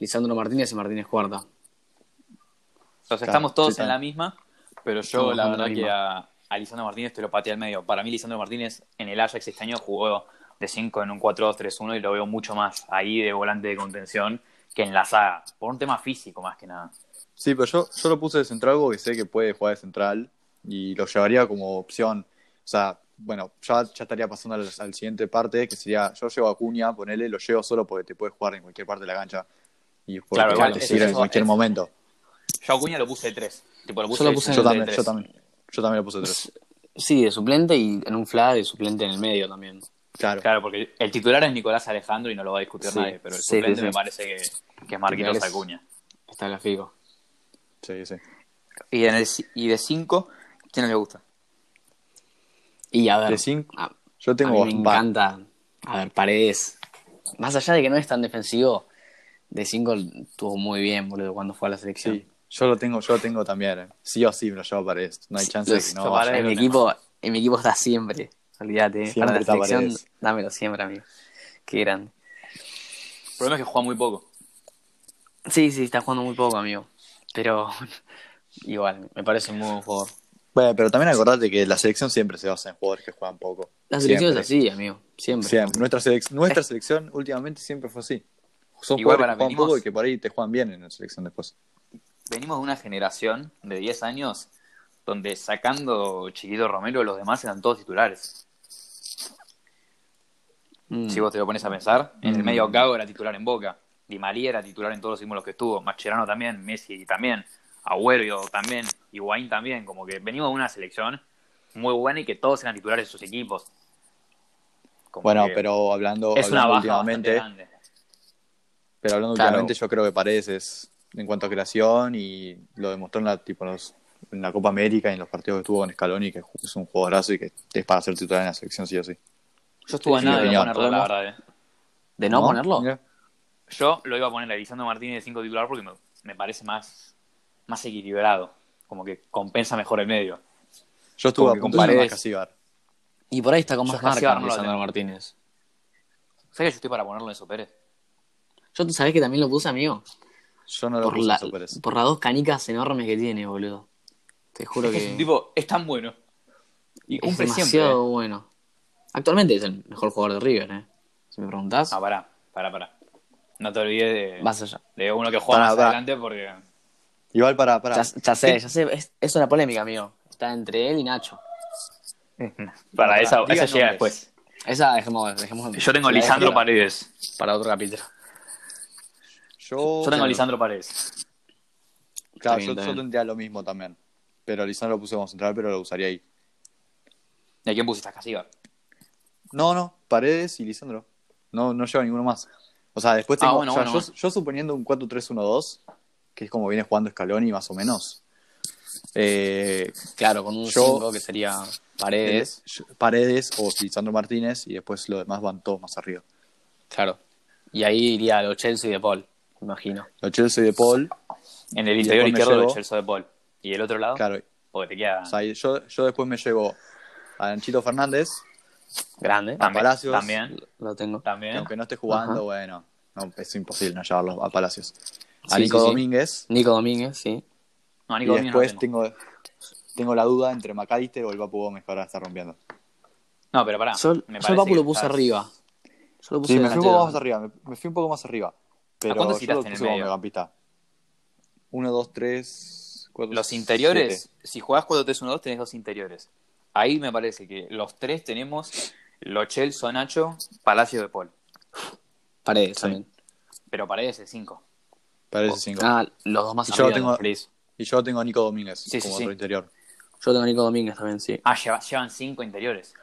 [SPEAKER 3] Lisandro Martínez y Martínez Cuarta.
[SPEAKER 1] Entonces,
[SPEAKER 2] Claro,
[SPEAKER 1] estamos todos
[SPEAKER 2] sí,
[SPEAKER 1] en
[SPEAKER 2] está.
[SPEAKER 1] la misma, pero yo
[SPEAKER 3] Estamos
[SPEAKER 1] la
[SPEAKER 3] jugando
[SPEAKER 1] verdad
[SPEAKER 3] la
[SPEAKER 1] que
[SPEAKER 3] misma.
[SPEAKER 1] a, a Lisandro Martínez te lo pateé al medio. Para mí, Lisandro Martínez en el Ajax este año jugó de 5 en un 4-2-3-1 y lo veo mucho más ahí de volante de contención que en la saga, por un tema físico más que nada.
[SPEAKER 2] Sí, pero yo, yo lo puse de central porque sé que puede jugar de central y lo llevaría como opción. O sea, bueno, ya, ya estaría pasando al, al siguiente parte, que sería, yo llevo a Cunha, ponele, lo llevo solo porque te puede jugar en cualquier parte de la cancha. Y porque
[SPEAKER 1] Claro, igual,
[SPEAKER 2] te
[SPEAKER 1] es-
[SPEAKER 2] sirve en
[SPEAKER 1] eso
[SPEAKER 2] cualquier
[SPEAKER 1] es-
[SPEAKER 2] momento.
[SPEAKER 1] Yo a Acuña lo puse de 3. Tipo, lo puse
[SPEAKER 3] Yo lo
[SPEAKER 1] de
[SPEAKER 3] puse
[SPEAKER 2] Yo
[SPEAKER 1] suplente de
[SPEAKER 2] también, yo
[SPEAKER 1] tres.
[SPEAKER 2] también. Yo también lo puse de tres.
[SPEAKER 3] Sí, de suplente y en un flash de suplente en el medio también.
[SPEAKER 2] Claro.
[SPEAKER 1] Claro, porque el titular es Nicolás Alejandro y no lo va a discutir
[SPEAKER 4] Sí,
[SPEAKER 1] nadie, pero el
[SPEAKER 4] sí,
[SPEAKER 1] suplente
[SPEAKER 4] sí, sí.
[SPEAKER 1] me parece que, que es Marquitos
[SPEAKER 4] Nicolás.
[SPEAKER 1] Acuña.
[SPEAKER 4] Está la Figo.
[SPEAKER 2] Sí, sí.
[SPEAKER 1] Y, en el, y de 5, ¿quién le gusta?
[SPEAKER 3] Y a ver. Ah,
[SPEAKER 2] De cinco,
[SPEAKER 3] a-
[SPEAKER 2] yo tengo
[SPEAKER 3] a mí me
[SPEAKER 2] va-
[SPEAKER 3] encanta. A ver, Paredes. Más allá de que no es tan defensivo, de 5 estuvo muy bien, boludo, cuando fue a la selección.
[SPEAKER 2] Sí, yo lo tengo, yo lo tengo también. eh. Sí o sí, lo llevo para esto. No hay chance de que
[SPEAKER 3] Sí,
[SPEAKER 2] no
[SPEAKER 1] yo
[SPEAKER 2] vaya.
[SPEAKER 1] para-
[SPEAKER 3] en, mi
[SPEAKER 1] lo
[SPEAKER 3] equipo, en mi equipo está siempre. Olvídate. eh.
[SPEAKER 2] Siempre
[SPEAKER 3] para la
[SPEAKER 2] está
[SPEAKER 3] selección,
[SPEAKER 2] Paredes.
[SPEAKER 3] dámelo siempre, amigo. Qué grande.
[SPEAKER 1] El problema es que juega muy poco.
[SPEAKER 3] Sí, sí, está jugando muy poco, amigo. Pero igual, me parece muy buen jugador.
[SPEAKER 2] Bueno, pero también acordate que la selección siempre se basa en jugadores que juegan poco.
[SPEAKER 3] La selección
[SPEAKER 2] Siempre.
[SPEAKER 3] es así, amigo. Siempre.
[SPEAKER 2] Siempre. Nuestra, selec- nuestra selección últimamente siempre fue así. Son
[SPEAKER 1] Igual para
[SPEAKER 2] jugadores que juegan
[SPEAKER 1] venimos-
[SPEAKER 2] poco y que por ahí te juegan bien en la selección después.
[SPEAKER 1] Venimos de una generación de 10 años donde sacando Chiquito Romero, los demás eran todos titulares.
[SPEAKER 3] Mm.
[SPEAKER 1] Si vos te lo pones a pensar, en el
[SPEAKER 2] Mm.
[SPEAKER 1] medio Gago era titular en Boca, Di María era titular en todos los símbolos que estuvo, Mascherano también, Messi también, Agüero también, Higuaín también, como que venimos de una selección muy buena y que todos eran titulares de sus equipos. Como
[SPEAKER 2] Bueno,
[SPEAKER 1] que
[SPEAKER 2] pero hablando,
[SPEAKER 1] es una
[SPEAKER 2] hablando
[SPEAKER 1] baja bastante
[SPEAKER 2] últimamente,
[SPEAKER 1] grande.
[SPEAKER 2] pero hablando
[SPEAKER 3] Claro.
[SPEAKER 2] últimamente, yo creo que Paredes es en cuanto a creación y lo demostró en la, tipo, en los- en la Copa América y en los partidos que tuvo con Scaloni, que es un jugadorazo y que es para ser titular en la selección sí o sí.
[SPEAKER 1] Yo estuve a
[SPEAKER 2] Sí,
[SPEAKER 1] nada de
[SPEAKER 2] opinión,
[SPEAKER 1] ponerlo, la
[SPEAKER 2] podemos-
[SPEAKER 1] verdad. eh.
[SPEAKER 3] ¿De no, ponerlo?
[SPEAKER 2] Mira.
[SPEAKER 1] Yo lo iba a poner a Lisandro Martínez de 5 titular porque me, me parece más, más equilibrado. Como que compensa mejor el medio.
[SPEAKER 2] Yo estuve
[SPEAKER 1] Como
[SPEAKER 2] a
[SPEAKER 1] que
[SPEAKER 2] punto de más
[SPEAKER 3] compares-
[SPEAKER 2] Casibar.
[SPEAKER 3] Y por ahí está con más
[SPEAKER 1] Yo casi
[SPEAKER 3] marca,
[SPEAKER 1] no lo
[SPEAKER 3] Lisandro
[SPEAKER 1] tengo.
[SPEAKER 3] Martínez.
[SPEAKER 1] ¿Sabes que yo estoy para ponerlo en eso, Pérez?
[SPEAKER 3] Yo, ¿sabés que también lo puse, amigo?
[SPEAKER 2] Yo no lo
[SPEAKER 3] Por,
[SPEAKER 2] puse
[SPEAKER 3] la,
[SPEAKER 2] eso, Pérez.
[SPEAKER 3] por las dos canicas enormes que tiene, boludo. Te juro que
[SPEAKER 1] Es un tipo, es tan bueno. Y
[SPEAKER 3] es
[SPEAKER 1] cumple
[SPEAKER 3] demasiado
[SPEAKER 1] siempre. No,
[SPEAKER 3] bueno. Actualmente es el mejor jugador de River, ¿eh? Si me preguntás,
[SPEAKER 1] Ah, pará, pará, pará. No te olvides de,
[SPEAKER 3] vas allá.
[SPEAKER 1] de uno que juega
[SPEAKER 2] Pará,
[SPEAKER 1] más
[SPEAKER 2] pará.
[SPEAKER 1] adelante porque...
[SPEAKER 2] Igual para, para.
[SPEAKER 3] Ya, ya sé, ya sé. Es, es una polémica, amigo. Está entre él y Nacho.
[SPEAKER 1] Para
[SPEAKER 2] pará,
[SPEAKER 1] esa,
[SPEAKER 2] diga
[SPEAKER 1] esa llega
[SPEAKER 2] nombres.
[SPEAKER 1] después.
[SPEAKER 3] Esa dejemos. dejemos
[SPEAKER 1] Yo tengo a
[SPEAKER 3] la dejo
[SPEAKER 1] Lisandro
[SPEAKER 3] para,
[SPEAKER 1] Paredes.
[SPEAKER 3] para otro capítulo.
[SPEAKER 2] Yo,
[SPEAKER 1] Yo tengo a Lisandro Paredes.
[SPEAKER 2] Claro,
[SPEAKER 3] Está bien,
[SPEAKER 2] yo,
[SPEAKER 3] está
[SPEAKER 2] yo
[SPEAKER 3] bien.
[SPEAKER 2] tendría lo mismo también. Pero a Lisandro lo puse como central, pero lo usaría ahí.
[SPEAKER 1] ¿Y a quién pusiste a Casiva?
[SPEAKER 2] No, no, Paredes y Lisandro. No, no lleva ninguno más. O sea, después
[SPEAKER 1] Ah,
[SPEAKER 2] tengo.
[SPEAKER 1] bueno,
[SPEAKER 2] o sea,
[SPEAKER 1] bueno,
[SPEAKER 2] yo, yo suponiendo un 4-3-1-2, que es como viene jugando Scaloni más o menos. Eh,
[SPEAKER 3] Claro, con un
[SPEAKER 2] Yo-
[SPEAKER 3] 5 que sería Paredes.
[SPEAKER 2] eh, Paredes o Lisandro Martínez y después lo demás van todos más arriba.
[SPEAKER 3] Claro. Y ahí iría lo Chelsea y De Paul, me imagino.
[SPEAKER 2] Lo Chelsea de Paul.
[SPEAKER 1] En el
[SPEAKER 2] Y
[SPEAKER 1] interior
[SPEAKER 2] después me
[SPEAKER 1] izquierdo de
[SPEAKER 2] llevo-
[SPEAKER 1] Chelsea de Paul. ¿Y el
[SPEAKER 3] Ah.
[SPEAKER 1] otro lado?
[SPEAKER 2] Claro,
[SPEAKER 1] Porque te queda...
[SPEAKER 2] o sea, yo, yo después me llevo a Anchito Fernández,
[SPEAKER 3] Grande.
[SPEAKER 1] también,
[SPEAKER 2] Palacios.
[SPEAKER 1] también,
[SPEAKER 3] Lo tengo.
[SPEAKER 1] también.
[SPEAKER 2] aunque no esté jugando,
[SPEAKER 3] Ajá.
[SPEAKER 2] bueno, no, es imposible no llevarlo a Palacios. A
[SPEAKER 3] Sí,
[SPEAKER 2] Nico
[SPEAKER 3] sí, sí.
[SPEAKER 2] Domínguez.
[SPEAKER 3] Nico Domínguez, sí.
[SPEAKER 1] No, a
[SPEAKER 2] Y
[SPEAKER 1] Nico Domínguez no lo
[SPEAKER 2] después
[SPEAKER 1] tengo.
[SPEAKER 2] tengo. tengo la duda entre McAllister o el Papu Gómez que ahora está rompiendo.
[SPEAKER 1] No, pero pará.
[SPEAKER 3] yo
[SPEAKER 1] Ah, me
[SPEAKER 3] yo
[SPEAKER 1] parece
[SPEAKER 3] el Papu
[SPEAKER 1] que
[SPEAKER 3] lo puse
[SPEAKER 1] estás-
[SPEAKER 3] arriba. Yo lo puse
[SPEAKER 2] Sí, me fui un poco
[SPEAKER 3] delantero.
[SPEAKER 2] más arriba. Me, me fui un poco más arriba. Pero
[SPEAKER 1] cuántos
[SPEAKER 2] yo lo
[SPEAKER 1] tiraste en el
[SPEAKER 2] puse como
[SPEAKER 1] medio?
[SPEAKER 2] mediocampista. Uno, dos, tres, cuatro.
[SPEAKER 1] Los interiores,
[SPEAKER 2] siete.
[SPEAKER 1] si jugás 4-3-1-2, tenés dos interiores. Ahí me parece que los tres tenemos Lochel, Sonacho, Palacio de Paul.
[SPEAKER 3] Paredes también.
[SPEAKER 1] Pero Paredes es 5.
[SPEAKER 2] Parece cinco.
[SPEAKER 3] Ah, los dos más
[SPEAKER 2] Y yo
[SPEAKER 3] arriba.
[SPEAKER 2] tengo-
[SPEAKER 3] los Paredes.
[SPEAKER 2] Y yo tengo a Nico Domínguez
[SPEAKER 1] Sí, sí,
[SPEAKER 2] como
[SPEAKER 1] sí.
[SPEAKER 2] otro interior.
[SPEAKER 3] Yo tengo a Nico Domínguez también, sí.
[SPEAKER 1] Ah, lleva- llevan 5 interiores.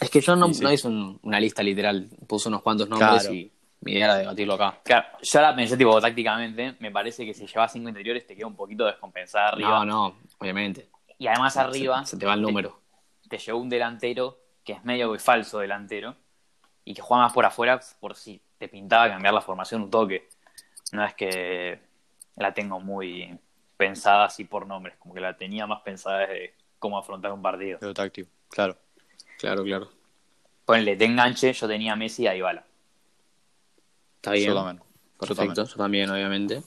[SPEAKER 3] Es que yo no,
[SPEAKER 2] Sí, sí.
[SPEAKER 3] no hice un- una lista literal, puse unos cuantos nombres
[SPEAKER 2] Claro.
[SPEAKER 3] y mi idea era debatirlo acá.
[SPEAKER 1] Claro, yo ahora pensé, tipo, tácticamente, me parece que si llevas 5 interiores te queda un poquito descompensada arriba.
[SPEAKER 3] No, no, obviamente.
[SPEAKER 1] Y además arriba
[SPEAKER 3] Se, se te va el número.
[SPEAKER 1] te llevó un delantero que es medio y falso delantero y que juega más por afuera por si te pintaba cambiar la formación un toque. No es que la tengo muy pensada así por nombres, como que la tenía más pensada desde cómo afrontar un partido.
[SPEAKER 2] Pero táctico. Claro.
[SPEAKER 3] Claro, claro.
[SPEAKER 1] Ponele, de enganche, yo tenía a Messi y a Dybala.
[SPEAKER 3] Está bien.
[SPEAKER 2] Yo también.
[SPEAKER 3] Perfecto, yo también, obviamente.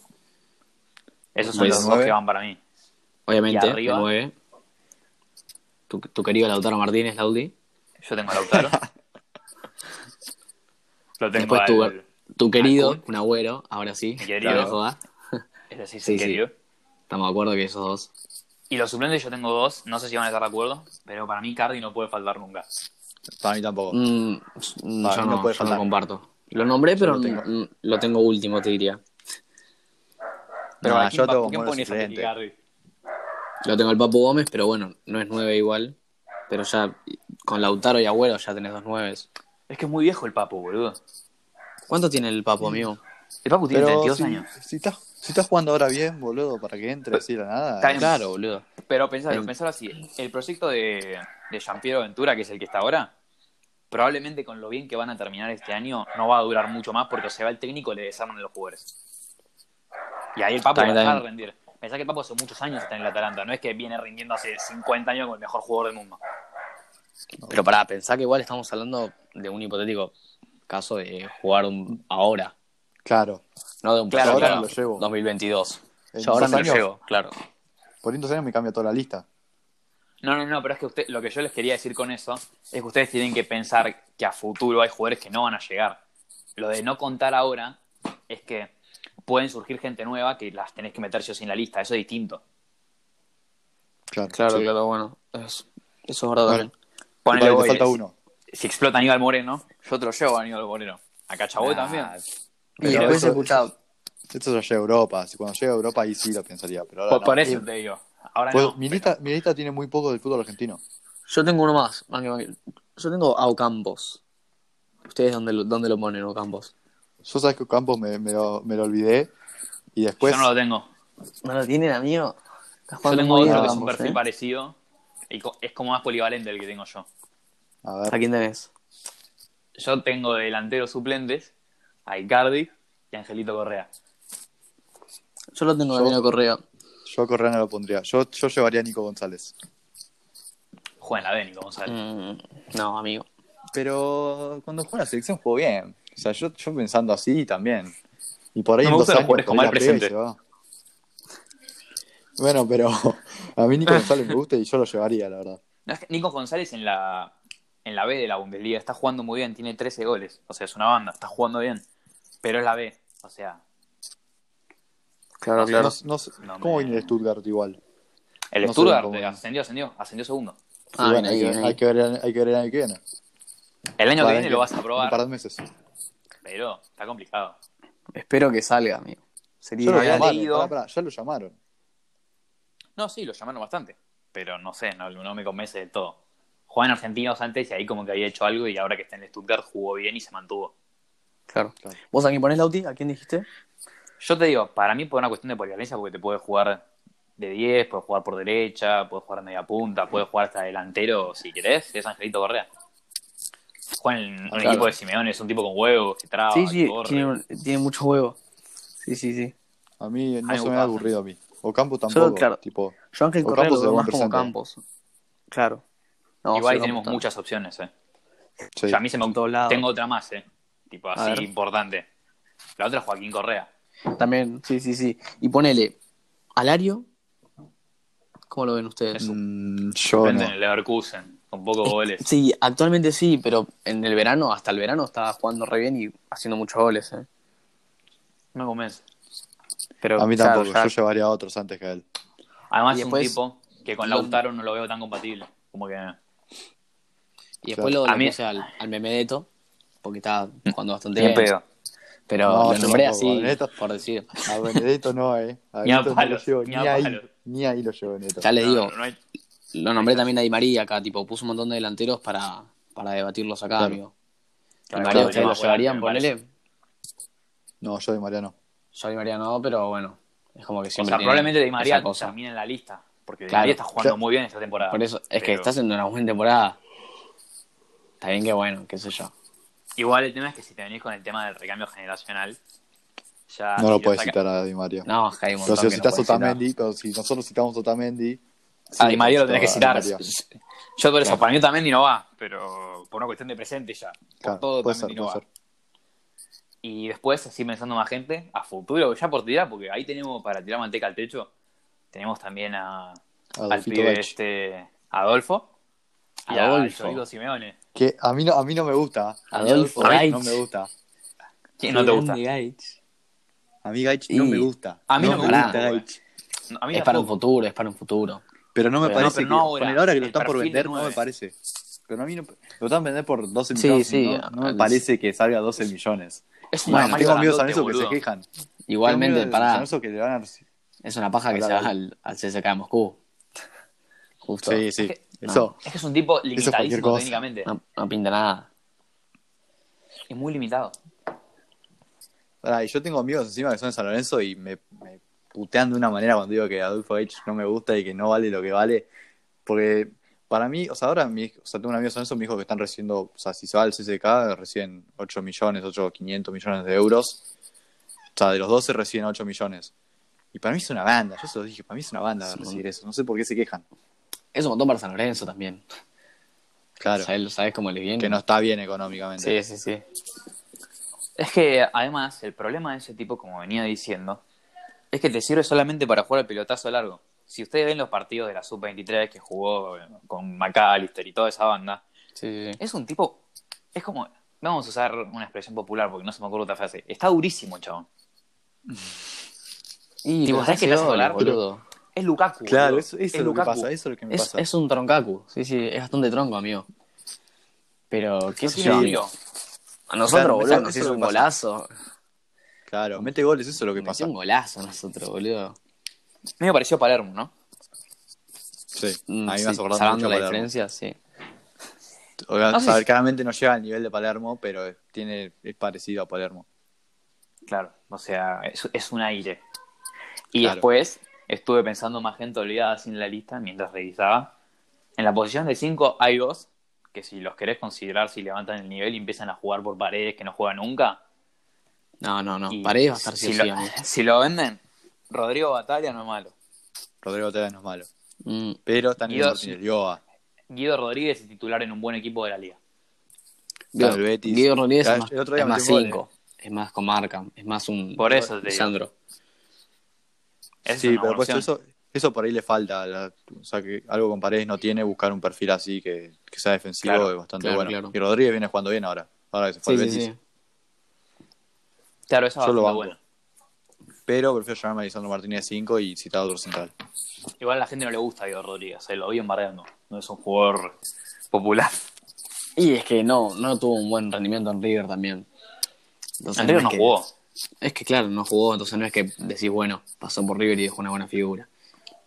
[SPEAKER 1] Esos son
[SPEAKER 3] Pues,
[SPEAKER 1] los dos
[SPEAKER 2] nueve.
[SPEAKER 1] que van para mí.
[SPEAKER 3] Obviamente,
[SPEAKER 1] Y arriba.
[SPEAKER 3] de nueve. Tu, tu querido Lautaro Martínez, Laudi.
[SPEAKER 1] Yo tengo a Lautaro. lo tengo
[SPEAKER 3] Después
[SPEAKER 1] al-
[SPEAKER 3] tu, tu querido,
[SPEAKER 1] Kun.
[SPEAKER 3] un agüero, ahora sí.
[SPEAKER 1] Mi querido.
[SPEAKER 3] fuera de joda.
[SPEAKER 1] es decir,
[SPEAKER 3] Sí, sí.
[SPEAKER 1] querido.
[SPEAKER 3] Estamos de acuerdo que esos dos.
[SPEAKER 1] Y los suplentes yo tengo dos, no sé si van a estar de acuerdo, pero para mí Cardi no puede faltar nunca.
[SPEAKER 2] Para mí tampoco.
[SPEAKER 3] Mm, mm,
[SPEAKER 2] Para
[SPEAKER 3] yo
[SPEAKER 2] mí
[SPEAKER 3] no,
[SPEAKER 2] no puede
[SPEAKER 3] yo no
[SPEAKER 2] faltar.
[SPEAKER 3] comparto. Lo nombré, pero
[SPEAKER 2] lo tengo.
[SPEAKER 3] mm, lo tengo último, te diría.
[SPEAKER 1] Pero
[SPEAKER 2] Nah,
[SPEAKER 1] ¿a quién
[SPEAKER 2] yo
[SPEAKER 1] va-
[SPEAKER 2] tengo
[SPEAKER 1] ¿quién
[SPEAKER 2] buenos
[SPEAKER 1] pones a Piqué
[SPEAKER 2] suplentes.
[SPEAKER 1] Icardi?
[SPEAKER 3] Lo tengo el Papu Gómez, pero bueno, no es nueve igual. Pero ya con Lautaro y Agüero ya tenés dos nueves.
[SPEAKER 1] Es que es muy viejo el Papo, boludo.
[SPEAKER 3] ¿Cuánto tiene el papo, amigo?
[SPEAKER 1] El Papo tiene
[SPEAKER 2] Pero
[SPEAKER 1] 32
[SPEAKER 2] si,
[SPEAKER 1] años.
[SPEAKER 2] Si estás, si estás jugando ahora bien, boludo, para que entre así de la nada.
[SPEAKER 1] Está bien.
[SPEAKER 3] Claro, boludo.
[SPEAKER 1] Pero pensalo,
[SPEAKER 3] El-
[SPEAKER 1] pensalo así. El proyecto de, de Jean-Pierre Ventura, que es el que está ahora, probablemente con lo bien que van a terminar este año, no va a durar mucho más porque se va el técnico y le desarman a los jugadores. Y ahí el Papo va a
[SPEAKER 3] También,
[SPEAKER 1] dejar de
[SPEAKER 3] también.
[SPEAKER 1] rendir. Pensá que el Papo hace muchos años está en el Atalanta, no es que viene rindiendo hace 50 años como el mejor jugador del mundo.
[SPEAKER 3] Pero para pensar que igual estamos hablando de un hipotético caso de jugar un, ahora,
[SPEAKER 2] Claro.
[SPEAKER 3] no de un
[SPEAKER 1] Claro,
[SPEAKER 3] proyecto
[SPEAKER 1] claro.
[SPEAKER 2] Lo llevo.
[SPEAKER 3] 2022.
[SPEAKER 2] En
[SPEAKER 3] Yo ahora
[SPEAKER 2] dos
[SPEAKER 3] me lo
[SPEAKER 2] años.
[SPEAKER 3] llevo, claro.
[SPEAKER 2] Por estos años me cambia toda la lista.
[SPEAKER 1] No, no, no, pero es que usted, lo que yo les quería decir con eso es que ustedes tienen que pensar que a futuro hay jugadores que no van a llegar. Lo de no contar ahora es que pueden surgir gente nueva que las tenés que meter yo sin la lista, eso es distinto.
[SPEAKER 2] Claro,
[SPEAKER 3] Claro,
[SPEAKER 2] sí.
[SPEAKER 3] claro, bueno. Es- eso es verdad
[SPEAKER 2] Bueno.
[SPEAKER 3] también.
[SPEAKER 1] Ponele
[SPEAKER 2] Vale,
[SPEAKER 1] voy,
[SPEAKER 2] te falta
[SPEAKER 1] si-
[SPEAKER 2] uno.
[SPEAKER 1] Si explota Aníbal Moreno, yo te lo llevo a Aníbal Moreno. A Cachaboy
[SPEAKER 3] Ah,
[SPEAKER 1] también.
[SPEAKER 3] Y
[SPEAKER 2] Pero
[SPEAKER 3] después
[SPEAKER 2] eso-
[SPEAKER 3] escuchaba.
[SPEAKER 2] Esto se lo lleva a Europa. Si Cuando llegue a Europa, ahí sí lo pensaría. Pero ahora
[SPEAKER 1] Por,
[SPEAKER 2] no.
[SPEAKER 1] por eso te digo. Ahora
[SPEAKER 2] Puedo-
[SPEAKER 1] no.
[SPEAKER 2] mi, lista, mi lista tiene muy poco del fútbol argentino.
[SPEAKER 3] Yo tengo uno más. Maki, maki. Yo tengo a Ocampos. ¿Ustedes dónde lo, dónde lo ponen, Ocampos?
[SPEAKER 2] Yo sabes que Campos me, me lo, me lo olvidé. Y después.
[SPEAKER 1] yo no lo tengo.
[SPEAKER 3] ¿No lo tienen, amigo? Estás
[SPEAKER 1] Yo tengo
[SPEAKER 3] muy
[SPEAKER 1] otro
[SPEAKER 3] bien,
[SPEAKER 1] que es un
[SPEAKER 3] Ocampos,
[SPEAKER 1] perfil
[SPEAKER 3] ¿eh?
[SPEAKER 1] parecido. y co- es como más polivalente el que tengo yo.
[SPEAKER 2] A
[SPEAKER 3] ¿A
[SPEAKER 2] ver.
[SPEAKER 3] quién tenés?
[SPEAKER 1] Yo tengo de delanteros suplentes a Icardi y a Angelito Correa.
[SPEAKER 3] Yo lo tengo
[SPEAKER 2] Yo-
[SPEAKER 3] también a Correa.
[SPEAKER 2] Yo a Correa no lo pondría. Yo, yo llevaría a Nico González.
[SPEAKER 1] Juega en la Beni, González.
[SPEAKER 3] Mm, no, amigo.
[SPEAKER 2] Pero cuando jugó en la selección jugó bien. O sea, yo, yo pensando así también. Y por ahí
[SPEAKER 1] No me
[SPEAKER 2] en dos
[SPEAKER 1] gustan los
[SPEAKER 2] años
[SPEAKER 1] jugadores con mal
[SPEAKER 2] por ahí la pega y
[SPEAKER 1] presente.
[SPEAKER 2] se va. Bueno, pero a mí Nico González me gusta y yo lo llevaría, la verdad.
[SPEAKER 1] No, es que Nico González en la, en la B de la Bundesliga está jugando muy bien, tiene 13 goles. O sea, es una banda, está jugando bien. Pero es la B. O sea,
[SPEAKER 3] Claro,
[SPEAKER 2] No, no sé-
[SPEAKER 1] No
[SPEAKER 2] ¿Cómo
[SPEAKER 1] me-
[SPEAKER 2] viene el Stuttgart igual?
[SPEAKER 1] el
[SPEAKER 2] No sé
[SPEAKER 1] Stuttgart
[SPEAKER 2] cómo-
[SPEAKER 1] ascendió, ascendió, ascendió segundo.
[SPEAKER 2] Sí,
[SPEAKER 3] Ah,
[SPEAKER 2] bueno,
[SPEAKER 3] ahí,
[SPEAKER 2] hay, que,
[SPEAKER 3] ahí.
[SPEAKER 2] hay que ver, el- hay que ver el año que viene.
[SPEAKER 1] El año
[SPEAKER 2] Para
[SPEAKER 1] que viene
[SPEAKER 2] el-
[SPEAKER 1] lo vas a
[SPEAKER 2] Un par
[SPEAKER 1] probar,
[SPEAKER 2] de meses.
[SPEAKER 1] pero está complicado.
[SPEAKER 3] Espero que salga, amigo. Sería
[SPEAKER 2] Yo lo
[SPEAKER 1] había
[SPEAKER 3] ideal.
[SPEAKER 2] llamaron,
[SPEAKER 1] leído-
[SPEAKER 2] pará, pará, ya lo llamaron.
[SPEAKER 1] No, sí, lo llamaron bastante. Pero no sé, no, no me convence del todo. Jugaba en Argentinos antes y ahí como que había hecho algo y ahora que está en el Stuttgart jugó bien y se mantuvo.
[SPEAKER 3] Claro.
[SPEAKER 2] Claro.
[SPEAKER 3] ¿Vos a quién ponés, Lauti? ¿A quién dijiste?
[SPEAKER 1] Yo te digo, para mí por una cuestión de polivalencia, porque te puede jugar de 10, puedes jugar por derecha, puedes jugar media punta, puedes jugar hasta delantero si querés, es Angelito Correa. Juega en un
[SPEAKER 3] Claro.
[SPEAKER 1] equipo de Simeone, es un tipo con huevos, que traba,
[SPEAKER 3] sí, sí,
[SPEAKER 1] que corre.
[SPEAKER 3] tiene, un- tiene mucho huevo. Sí, sí, sí.
[SPEAKER 2] A mí no
[SPEAKER 1] Ay,
[SPEAKER 2] se me
[SPEAKER 1] Ocampo.
[SPEAKER 2] ha ocurrido a mí. Ocampo tampoco.
[SPEAKER 3] claro.
[SPEAKER 2] Tipo,
[SPEAKER 3] Yo Ángel
[SPEAKER 2] O
[SPEAKER 3] Correa
[SPEAKER 2] Campos
[SPEAKER 3] lo veo
[SPEAKER 2] es
[SPEAKER 3] más
[SPEAKER 2] buen
[SPEAKER 3] como
[SPEAKER 2] presente.
[SPEAKER 3] Campos. Claro. No,
[SPEAKER 1] Igual
[SPEAKER 3] sí,
[SPEAKER 1] tenemos
[SPEAKER 3] Campos
[SPEAKER 1] muchas opciones, eh.
[SPEAKER 2] sí.
[SPEAKER 1] Yo a mí se me
[SPEAKER 3] En todos lados.
[SPEAKER 1] Tengo otra más, eh. Tipo
[SPEAKER 3] ver.
[SPEAKER 1] así importante. La otra es Joaquín Correa.
[SPEAKER 3] también. También, sí, sí, sí. Y ponele, ¿Alario? ¿Cómo lo ven ustedes?
[SPEAKER 2] Mm,
[SPEAKER 3] Oh,
[SPEAKER 2] yo
[SPEAKER 1] Vende
[SPEAKER 2] no.
[SPEAKER 1] en el Leverkusen, con pocos goles.
[SPEAKER 3] Sí, actualmente sí, pero en el verano, hasta el verano, estaba jugando re bien y haciendo muchos goles. ¿eh?
[SPEAKER 1] No me convence.
[SPEAKER 3] Pero,
[SPEAKER 2] A mí
[SPEAKER 3] claro,
[SPEAKER 2] tampoco.
[SPEAKER 3] ya-
[SPEAKER 2] Yo llevaría a otros antes que a él.
[SPEAKER 1] Además
[SPEAKER 3] Y
[SPEAKER 1] es un
[SPEAKER 3] después-
[SPEAKER 1] tipo que con
[SPEAKER 3] lo-
[SPEAKER 1] Lautaro no lo veo tan compatible. Como que.
[SPEAKER 3] y después
[SPEAKER 2] claro.
[SPEAKER 3] lo,
[SPEAKER 1] A mí- Mm,
[SPEAKER 3] lo puse al, al Memedeto, porque estaba jugando bastante
[SPEAKER 1] Ni en
[SPEAKER 3] bien.
[SPEAKER 1] pedo.
[SPEAKER 3] Pero
[SPEAKER 2] No,
[SPEAKER 3] lo
[SPEAKER 2] yo
[SPEAKER 3] nombré
[SPEAKER 2] tampoco,
[SPEAKER 3] así,
[SPEAKER 2] Benedetto.
[SPEAKER 3] por decir.
[SPEAKER 2] A Benedetto no, eh. A
[SPEAKER 1] Ni a
[SPEAKER 2] Benedetto no
[SPEAKER 1] palos,
[SPEAKER 2] lo llevo,
[SPEAKER 1] ni
[SPEAKER 2] ni,
[SPEAKER 1] a
[SPEAKER 2] ahí.
[SPEAKER 1] palos.
[SPEAKER 2] Ni ahí lo llevo Benedetto.
[SPEAKER 3] Ya les
[SPEAKER 1] No,
[SPEAKER 3] digo,
[SPEAKER 1] no, no hay-
[SPEAKER 3] lo nombré también a Di María acá, tipo, puso un montón de delanteros para, para debatirlos acá,
[SPEAKER 2] Claro.
[SPEAKER 3] amigo. Di
[SPEAKER 1] Claro,
[SPEAKER 3] María,
[SPEAKER 1] claro,
[SPEAKER 3] ¿ustedes
[SPEAKER 1] claro,
[SPEAKER 3] lo llevarían,
[SPEAKER 1] me parece.
[SPEAKER 3] ponele?
[SPEAKER 2] No, yo de Mariano.
[SPEAKER 3] Yo a Di María no, pero bueno, es como que
[SPEAKER 1] O
[SPEAKER 3] siempre
[SPEAKER 1] sea,
[SPEAKER 3] tiene
[SPEAKER 1] probablemente Di
[SPEAKER 3] esa
[SPEAKER 1] María
[SPEAKER 3] cosa.
[SPEAKER 1] termine en la lista. Porque Di
[SPEAKER 3] Claro.
[SPEAKER 1] María está jugando
[SPEAKER 2] Claro.
[SPEAKER 1] muy bien esta temporada.
[SPEAKER 3] Por eso, es que
[SPEAKER 1] Ah, Pero
[SPEAKER 3] está haciendo una buena temporada. Está bien que bueno, qué sé yo.
[SPEAKER 1] Igual el tema es que si te venís con el tema del recambio generacional, ya.
[SPEAKER 2] No lo
[SPEAKER 1] puedes
[SPEAKER 2] puedes citar a Di María.
[SPEAKER 3] No, es que hay un
[SPEAKER 2] Pero
[SPEAKER 3] montón
[SPEAKER 2] si lo
[SPEAKER 3] que no
[SPEAKER 2] citas
[SPEAKER 3] puedes citar.
[SPEAKER 2] Otamendi, pero si nosotros citamos Otamendi.
[SPEAKER 1] A
[SPEAKER 2] sí,
[SPEAKER 1] Ah, Di María lo tenés
[SPEAKER 2] pero
[SPEAKER 1] que
[SPEAKER 2] a Di
[SPEAKER 1] citar.
[SPEAKER 2] María.
[SPEAKER 1] Yo por eso, para mí también no va, pero por una cuestión de presente ya. Por
[SPEAKER 2] Claro,
[SPEAKER 1] todo
[SPEAKER 2] puede
[SPEAKER 1] también
[SPEAKER 2] ser,
[SPEAKER 1] no va.
[SPEAKER 2] puede ser.
[SPEAKER 1] Y después, así pensando más gente, a futuro, ya por tirar, porque ahí tenemos para tirar manteca al techo, tenemos también a, al
[SPEAKER 2] Adolfito
[SPEAKER 1] pibe
[SPEAKER 2] Gach.
[SPEAKER 1] este Adolfo y a
[SPEAKER 3] Adolfo.
[SPEAKER 1] Chorito Simeone.
[SPEAKER 2] Que a mí no, a mí no me gusta.
[SPEAKER 3] Adolfo
[SPEAKER 2] A mí no
[SPEAKER 3] Gaich.
[SPEAKER 2] me gusta.
[SPEAKER 1] ¿Quién no te gusta?
[SPEAKER 3] Grande Gaich.
[SPEAKER 2] A mí Gaich
[SPEAKER 3] Y-
[SPEAKER 2] no me gusta.
[SPEAKER 1] A mí no, me
[SPEAKER 3] pará.
[SPEAKER 1] gusta.
[SPEAKER 2] Gaich.
[SPEAKER 1] No, A mí
[SPEAKER 3] Es para un
[SPEAKER 1] tampoco.
[SPEAKER 3] futuro, es para un futuro.
[SPEAKER 2] Pero no me
[SPEAKER 1] Pero no,
[SPEAKER 2] parece.
[SPEAKER 1] pero
[SPEAKER 2] que,
[SPEAKER 1] no ahora.
[SPEAKER 2] ahora. ahora que lo
[SPEAKER 1] El
[SPEAKER 2] están por
[SPEAKER 1] perfil de
[SPEAKER 2] vender, no
[SPEAKER 1] nueve.
[SPEAKER 2] me parece. Pero a mí no, lo están vendiendo por 12
[SPEAKER 3] Sí,
[SPEAKER 2] millones.
[SPEAKER 3] sí,
[SPEAKER 2] no, no me
[SPEAKER 3] al-
[SPEAKER 2] parece que salga 12 millones.
[SPEAKER 1] Es una
[SPEAKER 2] Bueno,
[SPEAKER 1] malla
[SPEAKER 2] tengo amigos a
[SPEAKER 1] grandote,
[SPEAKER 2] eso que se
[SPEAKER 1] boludo.
[SPEAKER 2] quejan. Tengo
[SPEAKER 3] Igualmente,
[SPEAKER 2] amigos de San
[SPEAKER 3] pará,
[SPEAKER 2] Lorenzo que le van a- Sí,
[SPEAKER 3] es una paja que
[SPEAKER 2] Pará,
[SPEAKER 3] se va
[SPEAKER 2] dale.
[SPEAKER 3] al, al CSK de Moscú. Justo.
[SPEAKER 2] sí.
[SPEAKER 1] que-
[SPEAKER 2] Eso.
[SPEAKER 1] Es que es un tipo
[SPEAKER 2] cualquier
[SPEAKER 1] limitadísimo
[SPEAKER 2] cosa.
[SPEAKER 3] Ah.
[SPEAKER 1] técnicamente.
[SPEAKER 3] No, no pinta nada.
[SPEAKER 1] es muy limitado.
[SPEAKER 2] Pará, y yo tengo amigos encima que son de San Lorenzo y me, me putean de una manera cuando digo que Adolfo H no me gusta y que no vale lo que vale. Porque para mí, o sea, ahora mi, o sea, tengo un amigo de San Lorenzo, me dijo que están recibiendo, o sea, si se va al CCK, reciben 8 millones, 8, 500 millones de euros. O sea, de los 12 reciben 8 millones. Y para mí es una banda, yo se lo dije, para mí es una banda
[SPEAKER 3] Sí.
[SPEAKER 2] recibir eso. No sé por qué se quejan.
[SPEAKER 3] Es un montón para San Lorenzo también.
[SPEAKER 2] Claro,
[SPEAKER 3] ¿Sabes, sabes cómo le viene?
[SPEAKER 2] que no está bien económicamente.
[SPEAKER 4] Sí, sí, sí.
[SPEAKER 1] Es que además el problema de ese tipo, como venía diciendo, es que te sirve solamente para jugar al pelotazo largo. Si ustedes ven los partidos de la sub-23 que jugó eh, con McAllister y toda esa banda,
[SPEAKER 4] Sí, sí, sí.
[SPEAKER 1] es un tipo, es como, vamos a usar una expresión popular porque no se me ocurre otra frase, está durísimo, chabón.
[SPEAKER 3] Y
[SPEAKER 1] Tipo,
[SPEAKER 3] pero
[SPEAKER 1] ¿sabés
[SPEAKER 3] hace
[SPEAKER 1] que te hace
[SPEAKER 3] goles,
[SPEAKER 1] volar?
[SPEAKER 3] boludo?
[SPEAKER 1] Es Lukaku.
[SPEAKER 2] Claro,
[SPEAKER 1] boludo.
[SPEAKER 2] eso, eso
[SPEAKER 1] es
[SPEAKER 2] es lo que
[SPEAKER 1] Lukaku.
[SPEAKER 2] pasa, eso es lo que me
[SPEAKER 3] Es,
[SPEAKER 2] pasa.
[SPEAKER 3] es un troncacu. Sí, sí, es bastante tronco, amigo. Pero, ¿qué
[SPEAKER 1] No
[SPEAKER 3] sé
[SPEAKER 1] tiene
[SPEAKER 3] yo,
[SPEAKER 1] amigo.
[SPEAKER 3] A nosotros,
[SPEAKER 2] Claro,
[SPEAKER 3] boludo,
[SPEAKER 2] eso-
[SPEAKER 3] nos
[SPEAKER 2] eso
[SPEAKER 3] hizo
[SPEAKER 2] me
[SPEAKER 3] un
[SPEAKER 2] pasa.
[SPEAKER 3] golazo.
[SPEAKER 2] Claro, mete goles, eso es lo que
[SPEAKER 3] Nos hizo
[SPEAKER 2] pasa.
[SPEAKER 3] un golazo a nosotros, boludo.
[SPEAKER 1] Medio pareció Palermo, ¿no?
[SPEAKER 2] Sí, a mí
[SPEAKER 3] Mm,
[SPEAKER 2] me hace
[SPEAKER 3] sí,
[SPEAKER 2] acordar mucho
[SPEAKER 3] salvando
[SPEAKER 2] a
[SPEAKER 3] la
[SPEAKER 2] Palermo.
[SPEAKER 3] diferencia, sí.
[SPEAKER 2] O sea,
[SPEAKER 1] Ah, sí,
[SPEAKER 2] o sea,
[SPEAKER 1] sí.
[SPEAKER 2] claramente no llega al nivel de Palermo, pero es- tiene, es parecido a Palermo.
[SPEAKER 1] Claro, o sea, es, es un aire. Y
[SPEAKER 2] Claro.
[SPEAKER 1] después estuve pensando más gente olvidada sin la lista mientras revisaba. En la posición de 5 hay dos que si los querés considerar, si levantan el nivel y empiezan a jugar por paredes que no juegan nunca.
[SPEAKER 3] No, no, no.
[SPEAKER 1] y
[SPEAKER 3] Paredes va a estar
[SPEAKER 1] si,
[SPEAKER 3] sí, o sí,
[SPEAKER 1] lo,
[SPEAKER 3] amigo.
[SPEAKER 1] si lo venden, Rodrigo Batalla no es malo.
[SPEAKER 2] Rodrigo Tevez no es malo.
[SPEAKER 3] Mm,
[SPEAKER 2] Pero está en el
[SPEAKER 1] Guido-
[SPEAKER 2] Martínez Lioa,
[SPEAKER 1] Guido Rodríguez es titular en un buen equipo de la liga.
[SPEAKER 2] Está
[SPEAKER 3] Guido-
[SPEAKER 2] el Betis.
[SPEAKER 3] Guido Rodríguez
[SPEAKER 2] Ya,
[SPEAKER 3] es más,
[SPEAKER 2] el otro día
[SPEAKER 3] es más
[SPEAKER 2] metió un eh.
[SPEAKER 3] cinco. Es más con marca. Es más un.
[SPEAKER 1] Por eso te digo.
[SPEAKER 3] Sandro.
[SPEAKER 1] Esa es
[SPEAKER 2] Sí,
[SPEAKER 1] una
[SPEAKER 2] pero
[SPEAKER 1] buena
[SPEAKER 2] pues
[SPEAKER 1] opción.
[SPEAKER 2] eso, eso por ahí le falta. la- o sea, que algo con Paredes no tiene, buscar un perfil así que, que sea defensivo
[SPEAKER 1] Claro,
[SPEAKER 2] es bastante
[SPEAKER 3] claro,
[SPEAKER 2] bueno.
[SPEAKER 3] claro.
[SPEAKER 2] Y Rodríguez viene jugando bien ahora. Ahora que se fue
[SPEAKER 3] Sí,
[SPEAKER 2] al
[SPEAKER 3] sí,
[SPEAKER 2] Betis.
[SPEAKER 3] sí.
[SPEAKER 1] Claro, esa va a
[SPEAKER 2] Yo lo
[SPEAKER 1] ser
[SPEAKER 2] banco.
[SPEAKER 1] buena.
[SPEAKER 2] Pero prefiero llamarme a Lisandro Martínez 5 y citar a otro central.
[SPEAKER 1] Igual a la gente no le gusta a Guido Rodríguez, se lo vi embardeando. No es un jugador popular.
[SPEAKER 3] Y es que no, no tuvo un buen rendimiento en River también. Entonces,
[SPEAKER 1] Andrés
[SPEAKER 3] es
[SPEAKER 1] no
[SPEAKER 3] que-
[SPEAKER 1] jugó.
[SPEAKER 3] Es que claro, no jugó, entonces no es que decís, bueno, pasó por River y dejó una buena figura.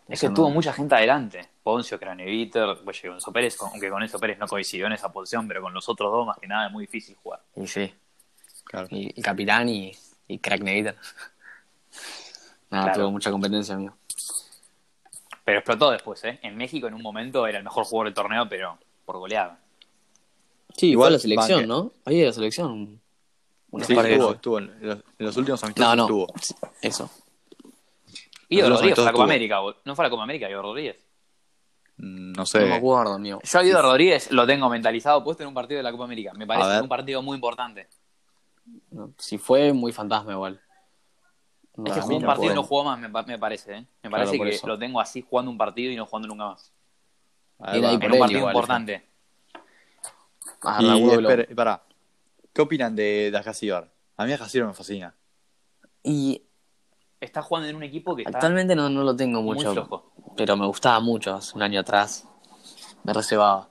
[SPEAKER 1] Es que
[SPEAKER 3] Eso no.
[SPEAKER 1] tuvo mucha gente adelante. Poncio, Craneviter, bueno, Enzo Pérez, con- aunque con Enzo Pérez no coincidió en esa posición, pero con los otros dos más que nada es muy difícil jugar.
[SPEAKER 3] Y sí,
[SPEAKER 2] Claro.
[SPEAKER 3] y, y capitán y, y crack Nevita. Nada,
[SPEAKER 1] Claro.
[SPEAKER 3] tuvo mucha competencia, amigo.
[SPEAKER 1] Pero explotó después, ¿eh? En México en un momento era el mejor jugador del torneo, pero por goleada.
[SPEAKER 3] Sí,
[SPEAKER 2] Igual
[SPEAKER 3] igual la selección,
[SPEAKER 2] banque.
[SPEAKER 3] ¿no? Ahí la selección. Unos
[SPEAKER 2] Sí,
[SPEAKER 3] par de
[SPEAKER 2] estuvo,
[SPEAKER 3] goles.
[SPEAKER 2] estuvo en, los, en los últimos amistosos
[SPEAKER 3] No, no.
[SPEAKER 2] estuvo.
[SPEAKER 3] Eso.
[SPEAKER 1] Y Rodríguez fue
[SPEAKER 2] Nosotros
[SPEAKER 1] a la
[SPEAKER 2] amistosos
[SPEAKER 1] Copa
[SPEAKER 2] tuvo.
[SPEAKER 1] América, bol- no fue a la Copa América, Guido Rodríguez.
[SPEAKER 2] Mm, No sé.
[SPEAKER 3] No me acuerdo, amigo.
[SPEAKER 1] Yo a Guido Rodríguez lo tengo mentalizado puesto en un partido de la Copa América. Me
[SPEAKER 2] A
[SPEAKER 1] parece
[SPEAKER 2] ver.
[SPEAKER 1] un partido muy importante.
[SPEAKER 3] No, si fue muy fantasma igual.
[SPEAKER 1] Es que
[SPEAKER 3] a mí
[SPEAKER 1] jugó un
[SPEAKER 3] no
[SPEAKER 1] partido y
[SPEAKER 3] puedo.
[SPEAKER 1] no jugó más, me, pa- me parece, ¿eh? Me
[SPEAKER 3] Claro,
[SPEAKER 1] parece
[SPEAKER 3] por
[SPEAKER 1] que
[SPEAKER 3] eso.
[SPEAKER 1] lo tengo así jugando un partido y no jugando nunca más.
[SPEAKER 2] Ahí
[SPEAKER 3] Era
[SPEAKER 2] va.
[SPEAKER 3] ahí
[SPEAKER 1] En
[SPEAKER 3] por
[SPEAKER 1] un
[SPEAKER 3] él
[SPEAKER 1] partido
[SPEAKER 3] igual,
[SPEAKER 1] importante.
[SPEAKER 3] Ah, la
[SPEAKER 2] Y
[SPEAKER 3] huevo, lo-
[SPEAKER 2] espera, pará. ¿Qué opinan de Dajasibar? A mí Dajasibar me fascina.
[SPEAKER 3] y
[SPEAKER 1] Está jugando en un equipo que está
[SPEAKER 3] actualmente no, no lo tengo
[SPEAKER 1] muy
[SPEAKER 3] mucho.
[SPEAKER 1] flojo.
[SPEAKER 3] Pero me gustaba mucho hace un año atrás. Me reservaba.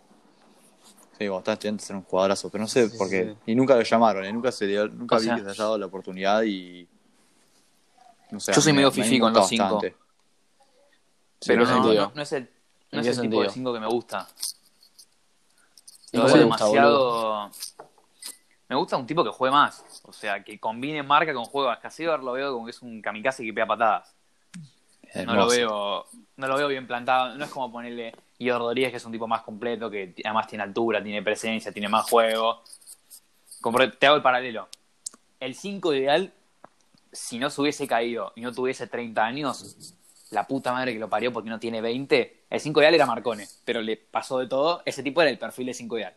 [SPEAKER 2] Sí, cuando estaba estudiante era un jugadorazo, pero no sé
[SPEAKER 3] Sí,
[SPEAKER 2] por qué.
[SPEAKER 3] sí,
[SPEAKER 2] Y nunca lo llamaron, ¿eh? nunca se dio, nunca
[SPEAKER 1] O
[SPEAKER 2] vi
[SPEAKER 1] sea-
[SPEAKER 2] que se haya dado la oportunidad y. No sé,
[SPEAKER 1] Yo
[SPEAKER 2] a
[SPEAKER 1] soy
[SPEAKER 2] mí
[SPEAKER 1] medio
[SPEAKER 2] me- me
[SPEAKER 1] fifí con
[SPEAKER 2] importa
[SPEAKER 1] los cinco.
[SPEAKER 2] bastante. Sí,
[SPEAKER 1] Pero
[SPEAKER 3] ¿en qué
[SPEAKER 1] no,
[SPEAKER 3] sentido?
[SPEAKER 1] no, no es el, no
[SPEAKER 3] ¿En
[SPEAKER 1] es
[SPEAKER 3] qué
[SPEAKER 1] el tipo de
[SPEAKER 3] sentido?
[SPEAKER 1] 5 que me gusta.
[SPEAKER 3] ¿Y
[SPEAKER 1] Lo
[SPEAKER 3] cómo
[SPEAKER 1] veo
[SPEAKER 3] te gusta, boludo?
[SPEAKER 1] demasiado. Me gusta un tipo que juegue más. O sea, que combine marca con juego. A Casíbar lo veo como que es un kamikaze que pega patadas. No lo
[SPEAKER 2] hermoso.
[SPEAKER 1] veo. No lo veo bien plantado. No es como ponerle Guido Rodríguez, que es un tipo más completo, que t- además tiene altura, tiene presencia, tiene más juego. Como- te hago el paralelo. El 5 ideal, si no se hubiese caído y no tuviese 30 años, la puta madre que lo parió porque no tiene 20, el 5 ideal era Marcone, pero le pasó de todo. Ese tipo era el perfil de 5 ideal.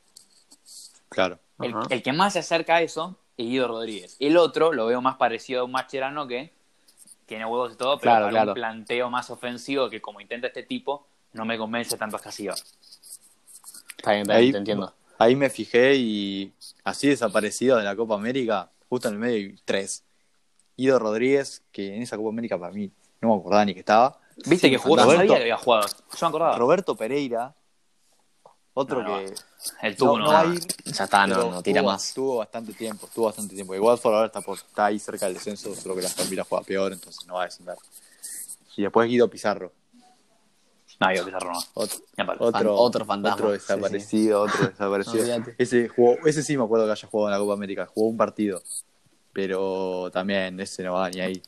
[SPEAKER 2] Claro.
[SPEAKER 1] El,
[SPEAKER 3] Ajá.
[SPEAKER 1] el que más se acerca a eso es Guido Rodríguez. El otro lo veo más parecido a un Mascherano que tiene huevos y todo, pero
[SPEAKER 3] Claro,
[SPEAKER 1] para
[SPEAKER 3] claro.
[SPEAKER 1] un planteo más ofensivo que como intenta este tipo, no me convence tanto a Casillo.
[SPEAKER 3] Está bien, está bien,
[SPEAKER 2] Ahí,
[SPEAKER 3] te entiendo.
[SPEAKER 2] ahí me fijé y así desaparecido de la Copa América, justo en el medio, y tres. Ido Rodríguez, que en esa Copa América para mí no me acordaba ni que estaba.
[SPEAKER 1] Viste que jugó, yo
[SPEAKER 2] Roberto.
[SPEAKER 1] sabía que había jugado. Yo me acordaba.
[SPEAKER 2] Roberto Pereira, otro
[SPEAKER 1] Ah. No, no,
[SPEAKER 2] que
[SPEAKER 1] el
[SPEAKER 2] no,
[SPEAKER 1] tubo
[SPEAKER 2] no
[SPEAKER 1] no,
[SPEAKER 2] va a ir,
[SPEAKER 3] Ya está, Ah, no,
[SPEAKER 2] Pero
[SPEAKER 3] no tira
[SPEAKER 2] estuvo-
[SPEAKER 3] más.
[SPEAKER 2] Estuvo bastante tiempo, estuvo bastante tiempo. Y Watford ahora está, por, está ahí cerca del descenso, solo que la Palmeiras juega peor, entonces no va a descender. Y después Guido Pizarro.
[SPEAKER 1] No, había Pizarro no.
[SPEAKER 2] Ot-
[SPEAKER 1] Ni aparte.
[SPEAKER 2] Otro,
[SPEAKER 3] otro fantasma,
[SPEAKER 2] Otro
[SPEAKER 3] sí,
[SPEAKER 2] desaparecido, otro desaparecido.
[SPEAKER 3] Olvídate.
[SPEAKER 2] ese, jugó, ese sí me acuerdo que haya jugado en la Copa América, jugó un partido. Pero también ese no va ni ahí.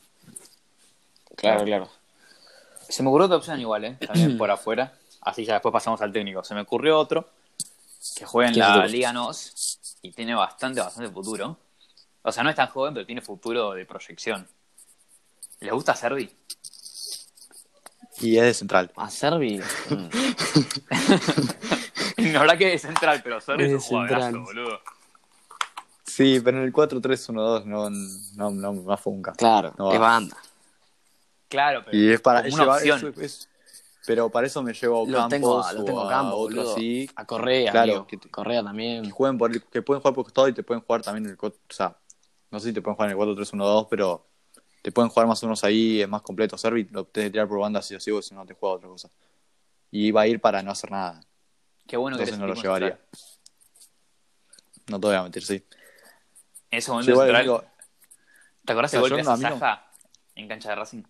[SPEAKER 4] Claro, claro.
[SPEAKER 1] Se me ocurrió otra opción igual, ¿eh? También por afuera. Así ya después pasamos al técnico. Se me ocurrió otro que juega en
[SPEAKER 4] ¿Quién se te
[SPEAKER 1] la
[SPEAKER 4] ocurre?
[SPEAKER 1] Liga NOS y tiene bastante, bastante futuro. O sea, no es tan joven, pero tiene futuro de proyección. ¿Le gusta Servi?
[SPEAKER 2] Y es de central.
[SPEAKER 3] A Servi. mm.
[SPEAKER 1] La verdad que es central, pero Servi es un
[SPEAKER 3] Es central.
[SPEAKER 1] jugadorazo, boludo.
[SPEAKER 2] Sí, pero en el 4-3-1-2 no, no, no, no funca.
[SPEAKER 3] Claro,
[SPEAKER 2] No va.
[SPEAKER 3] es banda.
[SPEAKER 1] Claro, pero
[SPEAKER 2] Y es para
[SPEAKER 1] como
[SPEAKER 2] es
[SPEAKER 1] una
[SPEAKER 2] llevar-
[SPEAKER 1] opción.
[SPEAKER 2] eso es- pero para eso me llevo a
[SPEAKER 3] Lo tengo,
[SPEAKER 2] Campos
[SPEAKER 3] a- lo tengo
[SPEAKER 2] o
[SPEAKER 3] a campo,
[SPEAKER 2] otro
[SPEAKER 3] boludo.
[SPEAKER 2] así,
[SPEAKER 3] A Correa,
[SPEAKER 2] Claro,
[SPEAKER 3] amigo.
[SPEAKER 2] que te-
[SPEAKER 3] Correa también.
[SPEAKER 2] que jueguen por el- que pueden jugar por costado y te pueden jugar también en el cuat- o sea, no sé si te pueden jugar en el 4-3-1-2, pero te pueden jugar más unos ahí, es más completo. Servi lo tenés que tirar por banda si o sí, o si no te juega otra cosa. Y va a ir para no hacer nada.
[SPEAKER 1] qué bueno que
[SPEAKER 2] Entonces
[SPEAKER 1] ese
[SPEAKER 2] no lo
[SPEAKER 1] tipo es
[SPEAKER 2] llevaría.
[SPEAKER 1] central.
[SPEAKER 2] No te voy a mentir, sí.
[SPEAKER 1] En ese momento
[SPEAKER 2] Yo igual
[SPEAKER 1] central,
[SPEAKER 2] digo,
[SPEAKER 1] ¿Te acordás
[SPEAKER 2] o sea,
[SPEAKER 1] el
[SPEAKER 2] yo
[SPEAKER 1] golpe
[SPEAKER 2] no,
[SPEAKER 1] a
[SPEAKER 2] a mí no.
[SPEAKER 1] Saja en cancha de Racing?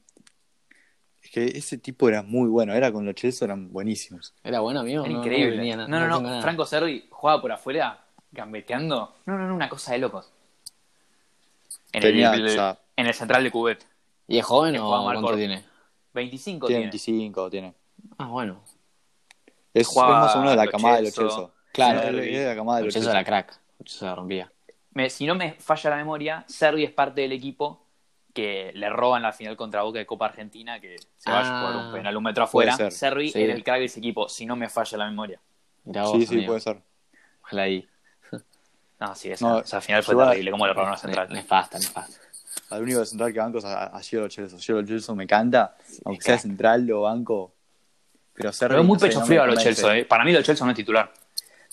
[SPEAKER 2] es que ese tipo era muy bueno, era con los Chelsea, eran buenísimos.
[SPEAKER 3] Era bueno, amigo.
[SPEAKER 1] Era
[SPEAKER 3] no- no
[SPEAKER 1] increíble.
[SPEAKER 3] venía
[SPEAKER 1] No,
[SPEAKER 3] na-
[SPEAKER 1] no, no.
[SPEAKER 3] tengo nada.
[SPEAKER 1] Franco Servi jugaba por afuera, gambeteando. No, no, no, una cosa de locos. En,
[SPEAKER 2] Tenía,
[SPEAKER 1] el,
[SPEAKER 2] o sea-
[SPEAKER 1] en el central de Cubet.
[SPEAKER 3] ¿Y es joven o
[SPEAKER 1] jugaba mal
[SPEAKER 3] cuánto
[SPEAKER 1] por-
[SPEAKER 3] tiene?
[SPEAKER 1] 25
[SPEAKER 2] Tiene
[SPEAKER 1] tiene.
[SPEAKER 2] 25, tiene.
[SPEAKER 3] Ah, bueno.
[SPEAKER 2] Es,
[SPEAKER 1] Jugaba
[SPEAKER 2] es más o menos de la
[SPEAKER 1] Lo
[SPEAKER 2] camada de los
[SPEAKER 1] Celso.
[SPEAKER 2] Chelsea.
[SPEAKER 3] Claro.
[SPEAKER 2] Ah, Sí, es de la camada de los
[SPEAKER 3] Eso
[SPEAKER 2] Chelsea.
[SPEAKER 3] era crack. Eso la rompía.
[SPEAKER 1] Me- si no me falla la memoria, Servi es parte del equipo que le roban la final contra Boca de Copa Argentina, que se va
[SPEAKER 3] Ah.
[SPEAKER 1] a jugar un penal un metro
[SPEAKER 2] Puede
[SPEAKER 1] afuera.
[SPEAKER 2] ser.
[SPEAKER 1] Servi
[SPEAKER 3] Sí.
[SPEAKER 1] era el crack de ese equipo, si no me falla la memoria.
[SPEAKER 3] Mirá vos,
[SPEAKER 2] Sí, sí, pues.
[SPEAKER 3] amigo.
[SPEAKER 2] puede ser.
[SPEAKER 3] Ojalá ahí.
[SPEAKER 1] No, sí, esa,
[SPEAKER 2] No,
[SPEAKER 1] esa final fue
[SPEAKER 2] yo-
[SPEAKER 1] terrible, cómo le robaron la central.
[SPEAKER 3] Ne- Nefasta, nefasta.
[SPEAKER 2] Al único de central que banco es a, a Giro Chelsea. Giro Chelsea me encanta. Aunque sea central, lo banco. Pero Servi,
[SPEAKER 1] Pero es muy
[SPEAKER 2] no sé,
[SPEAKER 1] pecho
[SPEAKER 2] no me
[SPEAKER 1] frío a los
[SPEAKER 2] convence.
[SPEAKER 1] Chelsea, eh. Para mí los Chelsea no es titular.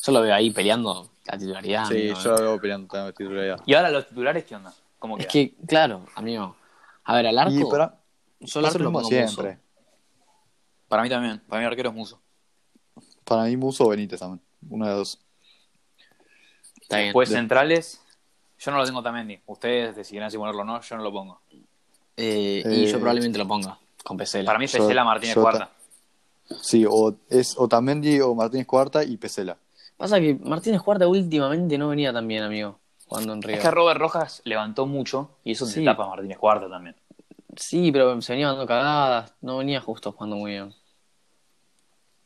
[SPEAKER 3] Yo lo veo ahí peleando la titularidad.
[SPEAKER 2] Sí,
[SPEAKER 3] amigo,
[SPEAKER 2] yo lo veo peleando también titularidad.
[SPEAKER 1] Y ahora los titulares, ¿qué onda? ¿Cómo
[SPEAKER 3] Es
[SPEAKER 1] queda?
[SPEAKER 3] que, claro, amigo. A ver, al arco.
[SPEAKER 2] Y para,
[SPEAKER 3] yo al arco
[SPEAKER 2] hacer lo
[SPEAKER 3] lo
[SPEAKER 2] mismo
[SPEAKER 3] pongo Musso.
[SPEAKER 2] siempre.
[SPEAKER 1] Para mí también, para mí arquero es Muso.
[SPEAKER 2] Para mí, Muso o Benítez también. Uno de dos.
[SPEAKER 3] Está bien.
[SPEAKER 1] Después centrales, yo no lo tengo también, ni. Ustedes decidirán si ponerlo o no, yo no lo pongo.
[SPEAKER 3] Eh, y
[SPEAKER 2] Eh,
[SPEAKER 3] yo probablemente lo ponga con Pesela.
[SPEAKER 1] Para mí es
[SPEAKER 2] Yo-
[SPEAKER 1] Pesela Martínez
[SPEAKER 2] yo
[SPEAKER 1] Cuarta.
[SPEAKER 2] Sí, o es Otamendi o Martínez Cuarta y Pesela.
[SPEAKER 3] Pasa que Martínez Cuarta últimamente no venía tan bien, amigo. Jugando en Río.
[SPEAKER 1] Es que Robert Rojas levantó mucho y eso
[SPEAKER 3] Sí.
[SPEAKER 1] te tapa a Martínez Cuarta también.
[SPEAKER 3] Sí, pero se venía dando cagadas. No venía justo jugando muy bien.
[SPEAKER 1] Hay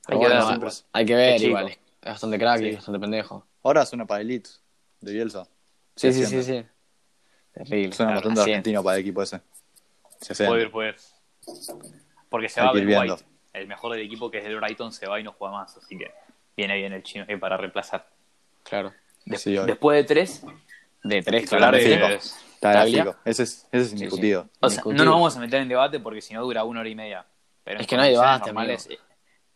[SPEAKER 3] Pero
[SPEAKER 1] que
[SPEAKER 3] bueno,
[SPEAKER 1] ver
[SPEAKER 3] va-
[SPEAKER 1] siempre.
[SPEAKER 3] hay que ver
[SPEAKER 1] Es chico.
[SPEAKER 3] igual. Es bastante crack y
[SPEAKER 2] Sí.
[SPEAKER 3] es bastante pendejo.
[SPEAKER 2] Ahora suena para Elite de Bielsa.
[SPEAKER 3] Sí, sí, sí, sí. Terrible.
[SPEAKER 2] Suena
[SPEAKER 3] la
[SPEAKER 2] bastante
[SPEAKER 3] verdad, sí.
[SPEAKER 2] argentino para el equipo ese. Se hace.
[SPEAKER 1] Puede ir, puede ir. Porque se
[SPEAKER 2] Hay
[SPEAKER 1] va
[SPEAKER 2] que ir
[SPEAKER 1] Ben
[SPEAKER 2] viendo.
[SPEAKER 1] White, el mejor del equipo que es del Brighton, se va y no juega más. Así que viene bien el chino eh, para reemplazar.
[SPEAKER 3] Claro.
[SPEAKER 1] De-
[SPEAKER 2] Sí, obvio.
[SPEAKER 1] después de tres,
[SPEAKER 3] De tres,
[SPEAKER 1] titulares.
[SPEAKER 2] claramente.
[SPEAKER 3] claramente.
[SPEAKER 2] Fijo.
[SPEAKER 1] es-
[SPEAKER 2] Está
[SPEAKER 3] Taglia.
[SPEAKER 2] gráfico. Ese es, ese es indiscutido.
[SPEAKER 1] O sea, no
[SPEAKER 3] Discutible.
[SPEAKER 1] nos vamos a meter en debate porque si no dura una hora y media. Pero en
[SPEAKER 3] Es que no hay
[SPEAKER 1] condiciones
[SPEAKER 3] debate,
[SPEAKER 1] normales- eh,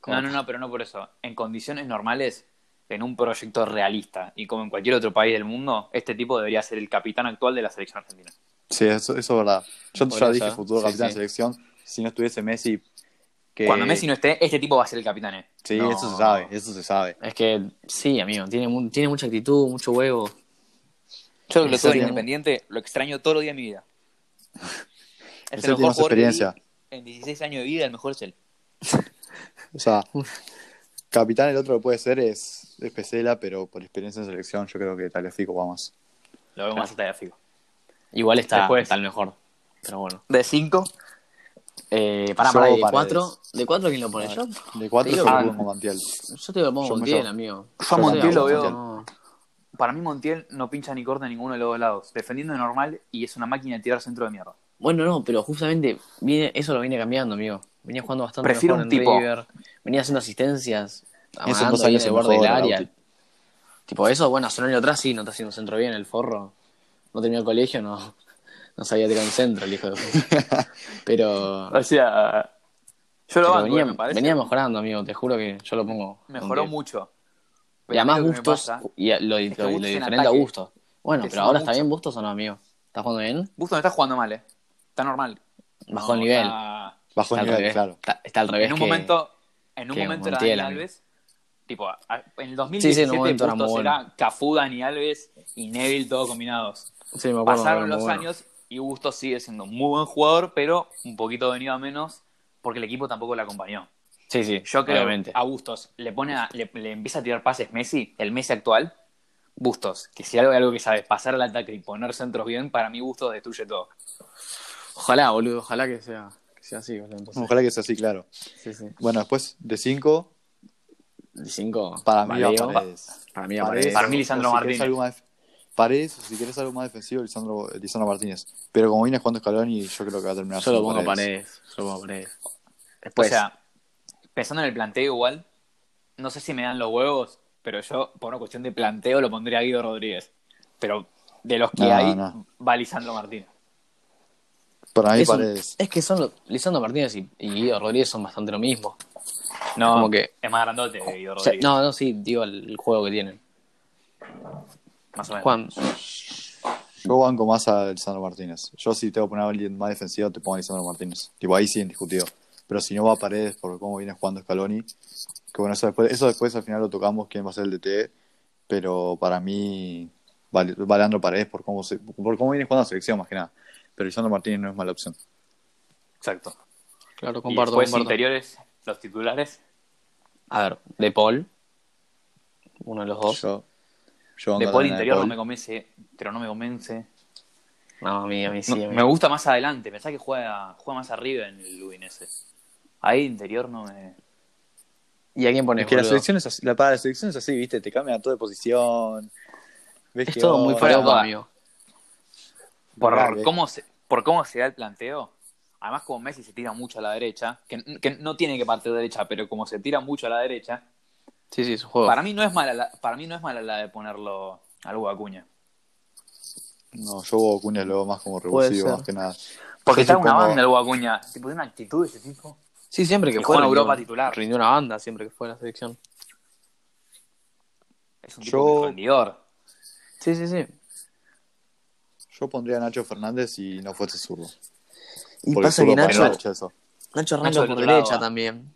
[SPEAKER 3] Corta.
[SPEAKER 1] No, no, no, pero no por eso. En condiciones normales, en un proyecto realista y como en cualquier otro país del mundo, este tipo debería ser el capitán actual de la selección argentina.
[SPEAKER 2] Sí, eso, eso es verdad. Yo
[SPEAKER 3] Podría
[SPEAKER 2] ya dije
[SPEAKER 3] ser.
[SPEAKER 2] futuro
[SPEAKER 3] Sí,
[SPEAKER 2] capitán
[SPEAKER 3] sí.
[SPEAKER 2] de selección. Si no estuviese Messi. Que...
[SPEAKER 1] Cuando Messi no esté, este tipo va a ser el capitán. eh.
[SPEAKER 2] Sí,
[SPEAKER 1] No.
[SPEAKER 2] eso se sabe, eso se sabe.
[SPEAKER 3] Es que sí, amigo. Tiene, mu- tiene mucha actitud, mucho huevo.
[SPEAKER 1] Yo que lo
[SPEAKER 2] Eso
[SPEAKER 1] tuve en
[SPEAKER 2] tiene-
[SPEAKER 1] independiente, lo extraño todos los días de mi vida. Es
[SPEAKER 2] Eso tiene más
[SPEAKER 1] jugador que vi
[SPEAKER 2] experiencia.
[SPEAKER 1] En 16 años de vida, el mejor es él.
[SPEAKER 2] O sea, capitán el otro que puede ser es, es Pesela, pero por experiencia en selección yo creo que Taliafico va más.
[SPEAKER 1] Lo veo más gráfico.
[SPEAKER 3] Igual está,
[SPEAKER 1] Después.
[SPEAKER 3] está el mejor. Pero bueno.
[SPEAKER 1] De 5,
[SPEAKER 3] Eh, pará,
[SPEAKER 2] Yo
[SPEAKER 3] pará. ¿De
[SPEAKER 2] Paredes.
[SPEAKER 3] cuatro? ¿De cuatro quién lo pone? Yo,
[SPEAKER 2] De cuatro
[SPEAKER 3] Te
[SPEAKER 2] yo
[SPEAKER 3] digo
[SPEAKER 2] lo
[SPEAKER 3] que-
[SPEAKER 2] pongo con Mantiel.
[SPEAKER 3] yo te lo pongo
[SPEAKER 2] Yo
[SPEAKER 3] con
[SPEAKER 2] me-
[SPEAKER 3] 10,
[SPEAKER 2] yo-
[SPEAKER 3] amigo.
[SPEAKER 1] yo
[SPEAKER 3] te
[SPEAKER 1] a Montiel lo
[SPEAKER 3] pongo
[SPEAKER 1] veo-
[SPEAKER 3] con diez.
[SPEAKER 1] para mí Montiel no pincha ni corta en ninguno de los dos lados. Defendiendo de normal y es una máquina de tirar centro de mierda.
[SPEAKER 3] Bueno, no, pero justamente viene, eso lo viene cambiando, amigo. Venía jugando bastante
[SPEAKER 1] Prefiero
[SPEAKER 3] mejor
[SPEAKER 1] un
[SPEAKER 3] en
[SPEAKER 1] tipo.
[SPEAKER 3] River. Venía haciendo asistencias.
[SPEAKER 2] Esos
[SPEAKER 3] amarrando
[SPEAKER 2] dos
[SPEAKER 3] ahí
[SPEAKER 2] años
[SPEAKER 3] en el
[SPEAKER 2] se
[SPEAKER 3] borde del
[SPEAKER 2] mejora,
[SPEAKER 3] área.
[SPEAKER 2] Lauti.
[SPEAKER 3] Tipo, eso, bueno, hace un año atrás sí, no está haciendo centro bien el forro. No terminó el colegio, no, no sabía tirar un centro el hijo de puta. Pero,
[SPEAKER 1] O sea, yo lo
[SPEAKER 3] pero
[SPEAKER 1] banco, eh,
[SPEAKER 3] venía,
[SPEAKER 1] me parece.
[SPEAKER 3] venía mejorando, amigo. Te juro que yo lo pongo. con
[SPEAKER 1] mejoró
[SPEAKER 3] 10.
[SPEAKER 1] mucho.
[SPEAKER 3] Y
[SPEAKER 1] Pero
[SPEAKER 3] además
[SPEAKER 1] a mí lo que me
[SPEAKER 3] Bustos,
[SPEAKER 1] pasa-
[SPEAKER 3] y a- lo,
[SPEAKER 1] que
[SPEAKER 3] lo-
[SPEAKER 1] Bustos
[SPEAKER 3] lo
[SPEAKER 1] en
[SPEAKER 3] diferente a
[SPEAKER 1] ataque
[SPEAKER 3] Bustos. Bueno,
[SPEAKER 1] te
[SPEAKER 3] pero
[SPEAKER 1] suma
[SPEAKER 3] ahora está
[SPEAKER 1] mucho.
[SPEAKER 3] bien Bustos o no, amigo. ¿Está jugando bien?
[SPEAKER 1] Bustos no está jugando mal, eh. Está normal.
[SPEAKER 3] Bajó el
[SPEAKER 1] No,
[SPEAKER 3] nivel.
[SPEAKER 1] está-
[SPEAKER 2] Bajo
[SPEAKER 3] Está
[SPEAKER 2] el
[SPEAKER 3] al
[SPEAKER 2] nivel,
[SPEAKER 3] revés.
[SPEAKER 2] claro.
[SPEAKER 3] Está, está al revés.
[SPEAKER 1] En un
[SPEAKER 3] que-
[SPEAKER 1] momento, en un
[SPEAKER 3] que
[SPEAKER 1] momento era
[SPEAKER 3] Montiel,
[SPEAKER 1] Dani
[SPEAKER 3] amigo.
[SPEAKER 1] Alves. Tipo, a- en el
[SPEAKER 3] Sí, sí,
[SPEAKER 1] 2017
[SPEAKER 3] en un momento era muy
[SPEAKER 1] Bustos
[SPEAKER 3] bueno.
[SPEAKER 1] era Cafú, Dani Alves y Neville todos combinados.
[SPEAKER 3] Sí, me acuerdo,
[SPEAKER 1] Pasaron
[SPEAKER 3] me
[SPEAKER 1] los
[SPEAKER 3] acuerdo.
[SPEAKER 1] años y Bustos sigue siendo un muy buen jugador, pero un poquito venido a menos porque el equipo tampoco le acompañó.
[SPEAKER 4] Sí, sí,
[SPEAKER 1] Yo creo
[SPEAKER 4] obviamente.
[SPEAKER 1] a Bustos le, pone a- le, le empieza a tirar pases Messi, el Messi actual. Bustos, que si algo hay algo que sabe, pasar al ataque y poner centros bien, para mí Bustos destruye todo.
[SPEAKER 3] Ojalá, boludo, ojalá que sea, que sea así, boludo. Entonces,
[SPEAKER 2] Ojalá que sea así, claro.
[SPEAKER 3] sí, sí.
[SPEAKER 2] Bueno, después de 5,
[SPEAKER 3] De cinco,
[SPEAKER 2] para mí
[SPEAKER 3] Valeo,
[SPEAKER 2] va Paredes.
[SPEAKER 3] para mí,
[SPEAKER 2] Paredes,
[SPEAKER 1] Para
[SPEAKER 3] Paredes.
[SPEAKER 1] mí,
[SPEAKER 2] o-
[SPEAKER 1] Lisandro
[SPEAKER 2] o si querés
[SPEAKER 1] Martínez.
[SPEAKER 2] algo más def- Paredes, o si quieres algo más defensivo, Lisandro, Lisandro Martínez. Pero como viene jugando Scaloni, yo creo que va a terminar
[SPEAKER 3] Yo lo
[SPEAKER 2] siendo
[SPEAKER 3] pongo Paredes. Yo lo pongo Paredes. Pues.
[SPEAKER 1] o sea, pensando en el planteo igual, no sé si me dan los huevos, pero yo por una cuestión de planteo lo pondría a Guido Rodríguez. Pero de los que
[SPEAKER 2] No,
[SPEAKER 1] hay,
[SPEAKER 2] no.
[SPEAKER 1] va Lisandro Martínez.
[SPEAKER 2] Para mí,
[SPEAKER 3] es, un-
[SPEAKER 2] Paredes.
[SPEAKER 3] es que son los- Lisandro Martínez y, y Guido Rodríguez son bastante lo mismo.
[SPEAKER 1] No,
[SPEAKER 3] Como que-
[SPEAKER 1] es más grandote que Guido
[SPEAKER 3] O sea,
[SPEAKER 1] Rodríguez.
[SPEAKER 3] no, no, sí, digo el, el juego que tienen.
[SPEAKER 1] más o menos.
[SPEAKER 3] Juan,
[SPEAKER 2] Yo banco más a Lisandro Martínez. Yo si tengo que poner a alguien más defensivo, te pongo a Lisandro Martínez. Tipo, ahí sí, indiscutido. Pero si no va a Paredes por cómo viene jugando Scaloni, que bueno, eso después, eso después al final lo tocamos, quién va a ser el DT. Pero para mí, vale, va Leandro Paredes por cómo, se- por cómo viene jugando la selección, más que nada. Pero Lisandro Martínez no es mala opción.
[SPEAKER 1] Exacto.
[SPEAKER 3] claro,
[SPEAKER 1] Y
[SPEAKER 3] comparto,
[SPEAKER 1] después
[SPEAKER 3] comparto.
[SPEAKER 1] interiores, los titulares.
[SPEAKER 3] A ver, De Paul. Uno de los dos.
[SPEAKER 2] Yo, yo
[SPEAKER 1] De
[SPEAKER 2] banco
[SPEAKER 1] Paul
[SPEAKER 2] también a De
[SPEAKER 1] interior
[SPEAKER 2] Paul.
[SPEAKER 1] no me convence, pero no me convence.
[SPEAKER 3] No, a mí, a mí sí.
[SPEAKER 1] No,
[SPEAKER 3] a mí.
[SPEAKER 1] me gusta más adelante, pensá que juega, juega más arriba en el Udinese. Ahí interior no me...
[SPEAKER 3] ¿Y a quién pones,
[SPEAKER 2] Es que la
[SPEAKER 3] boludo?
[SPEAKER 2] selección es así, la, para la selección es así, viste, te cambian todo de posición. Ves
[SPEAKER 3] Es
[SPEAKER 2] que
[SPEAKER 3] todo muy
[SPEAKER 2] vos-
[SPEAKER 3] parado
[SPEAKER 1] Pará, pará.
[SPEAKER 3] conmigo.
[SPEAKER 1] Por
[SPEAKER 2] Claro. eh.
[SPEAKER 1] cómo se, por cómo se da el planteo. Además, como Messi se tira mucho a la derecha, que, que no tiene que partir de derecha, pero como se tira mucho a la derecha,
[SPEAKER 3] Sí, sí, su
[SPEAKER 2] Oh.
[SPEAKER 3] juego.
[SPEAKER 1] para mí no es mala la, para mí no es mala la de ponerlo al Hugo Acuña.
[SPEAKER 2] No, yo Bobo Cunha lo veo más como
[SPEAKER 3] Puede
[SPEAKER 2] revulsivo,
[SPEAKER 3] ser.
[SPEAKER 2] más que nada.
[SPEAKER 1] Porque
[SPEAKER 2] Yo
[SPEAKER 1] está
[SPEAKER 2] sí
[SPEAKER 1] una
[SPEAKER 2] pongo-
[SPEAKER 1] banda el Hugo Acuña. Tipo, de una actitud de ese tipo.
[SPEAKER 3] Sí, siempre que
[SPEAKER 1] Y
[SPEAKER 3] fue
[SPEAKER 1] juega en
[SPEAKER 3] rindió-
[SPEAKER 1] Europa titular.
[SPEAKER 3] Rindió una banda siempre que fue a la selección.
[SPEAKER 1] Es un tipo
[SPEAKER 2] Yo-
[SPEAKER 1] defendidor.
[SPEAKER 3] Sí, sí, sí.
[SPEAKER 2] Yo pondría a Nacho Fernández y no fuese zurdo.
[SPEAKER 3] Y
[SPEAKER 2] Porque
[SPEAKER 3] pasa
[SPEAKER 2] zurdo
[SPEAKER 3] que
[SPEAKER 2] para
[SPEAKER 3] Nacho,
[SPEAKER 2] Nacho, eso.
[SPEAKER 3] Nacho arranca
[SPEAKER 1] Nacho del
[SPEAKER 3] por
[SPEAKER 1] otro lado,
[SPEAKER 3] derecha
[SPEAKER 1] ah.
[SPEAKER 3] también.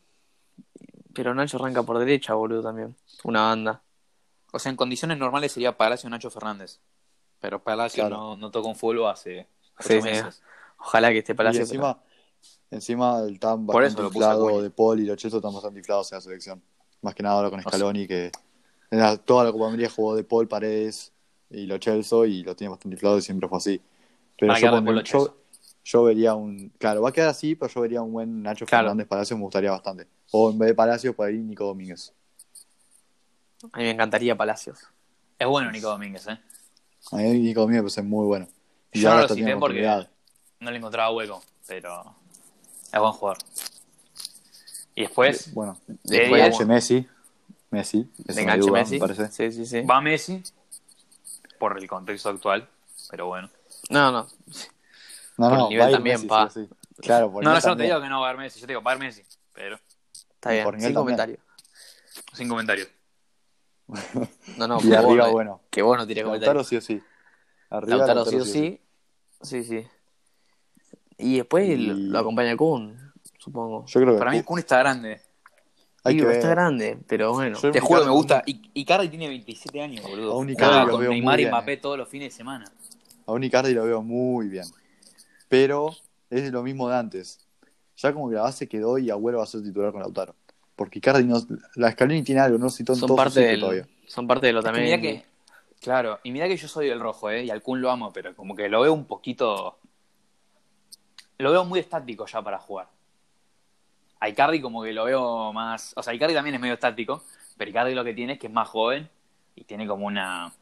[SPEAKER 3] Pero Nacho arranca por derecha, boludo, también. Una banda.
[SPEAKER 1] O sea, en condiciones normales sería Palacio Nacho Fernández. Pero Palacio
[SPEAKER 2] Claro.
[SPEAKER 1] no, no tocó un fútbol hace ocho
[SPEAKER 3] Sí, sí.
[SPEAKER 1] meses.
[SPEAKER 3] Ojalá que esté
[SPEAKER 2] Y
[SPEAKER 3] Palacio. pero-
[SPEAKER 2] encima, encima el tan
[SPEAKER 1] Por
[SPEAKER 2] bastante
[SPEAKER 1] eso lo puse a
[SPEAKER 2] inflado
[SPEAKER 1] Cunha.
[SPEAKER 2] de Paul y Lochelso están bastante inflados en la selección. Más que nada ahora con Scaloni, que en la- toda la Copa América jugó de Paul, Paredes y Lochelso y lo tiene bastante inflado y siempre fue así. Pero
[SPEAKER 1] Van a
[SPEAKER 2] yo,
[SPEAKER 1] quedar de
[SPEAKER 2] pondría-
[SPEAKER 1] Paul Lo
[SPEAKER 2] yo, yo vería un. Claro, va a quedar así, pero yo vería un buen Nacho
[SPEAKER 1] Claro.
[SPEAKER 2] Fernández Palacios, me gustaría bastante. O en vez de Palacios, por ahí Nico Domínguez.
[SPEAKER 3] A mí me encantaría Palacios.
[SPEAKER 1] Es bueno Nico Domínguez, ¿eh?
[SPEAKER 2] A mí Nico Domínguez me parece muy bueno.
[SPEAKER 1] Yo no
[SPEAKER 2] ahora
[SPEAKER 1] lo
[SPEAKER 2] está
[SPEAKER 1] cité
[SPEAKER 2] teniendo
[SPEAKER 1] porque
[SPEAKER 2] oportunidad.
[SPEAKER 1] no le encontraba hueco, pero es buen jugador. Y después
[SPEAKER 2] Bueno,
[SPEAKER 1] De
[SPEAKER 2] después
[SPEAKER 1] enganche
[SPEAKER 2] de Messi. Messi. es
[SPEAKER 3] De
[SPEAKER 2] una
[SPEAKER 3] enganche
[SPEAKER 2] duda,
[SPEAKER 3] Messi.
[SPEAKER 2] me parece.
[SPEAKER 3] Sí, sí, sí.
[SPEAKER 1] va Messi, por el contexto actual, pero bueno.
[SPEAKER 3] No, no.
[SPEAKER 2] No,
[SPEAKER 3] Por
[SPEAKER 2] no,
[SPEAKER 3] el nivel
[SPEAKER 2] va a ir
[SPEAKER 3] también,
[SPEAKER 2] Messi,
[SPEAKER 3] pa.
[SPEAKER 2] sí, sí. Claro, por
[SPEAKER 1] No, no, yo
[SPEAKER 2] nivel
[SPEAKER 1] no te
[SPEAKER 2] también.
[SPEAKER 1] digo que no va a haber Messi, yo te digo va a haber Messi, pero
[SPEAKER 3] Está
[SPEAKER 2] Y
[SPEAKER 3] bien.
[SPEAKER 2] por nivel
[SPEAKER 3] Sin
[SPEAKER 2] también.
[SPEAKER 3] comentario.
[SPEAKER 1] sin comentarios.
[SPEAKER 3] No, no.
[SPEAKER 2] Y
[SPEAKER 3] que
[SPEAKER 2] arriba,
[SPEAKER 3] no-
[SPEAKER 2] bueno.
[SPEAKER 3] Que vos no tiré
[SPEAKER 2] Lautaro
[SPEAKER 3] comentarios.
[SPEAKER 2] sí o sí. Arriba,
[SPEAKER 3] Lautaro, sí o sí. Sí, sí. Y después
[SPEAKER 2] Y-
[SPEAKER 3] lo- lo acompaña Kun, supongo.
[SPEAKER 2] Yo creo que
[SPEAKER 1] Para mí Kun está grande.
[SPEAKER 2] hay
[SPEAKER 3] Digo,
[SPEAKER 2] que
[SPEAKER 3] está
[SPEAKER 2] ver.
[SPEAKER 3] grande, pero bueno.
[SPEAKER 2] Yo-
[SPEAKER 1] Te
[SPEAKER 2] Icardi
[SPEAKER 1] juro, me gusta.
[SPEAKER 2] también.
[SPEAKER 1] I- Icardi tiene 27 años, boludo.
[SPEAKER 2] A un
[SPEAKER 1] Juega
[SPEAKER 2] Icardi lo
[SPEAKER 1] con
[SPEAKER 2] veo muy
[SPEAKER 1] Neymar y
[SPEAKER 2] bien,
[SPEAKER 1] Mbappé
[SPEAKER 2] eh.
[SPEAKER 1] todos los fines de semana.
[SPEAKER 2] A un Icardi lo veo muy bien. Pero es lo mismo de antes. Ya como que la base quedó y Agüero va a ser titular con Lautaro. Porque Icardi no. La Scaloni tiene algo, no sé si todos
[SPEAKER 3] Son parte,
[SPEAKER 2] del...
[SPEAKER 3] del,
[SPEAKER 2] todavía.
[SPEAKER 3] son parte de lo
[SPEAKER 1] Es que
[SPEAKER 3] también.
[SPEAKER 1] mirá que- claro, y mira que yo soy el rojo, ¿eh? Y al Kun lo amo, pero como que lo veo un poquito. Lo veo muy estático ya para jugar. A Icardi como que lo veo más. O sea, Icardi también es medio estático, pero Icardi lo que tiene es que es más joven y tiene como una.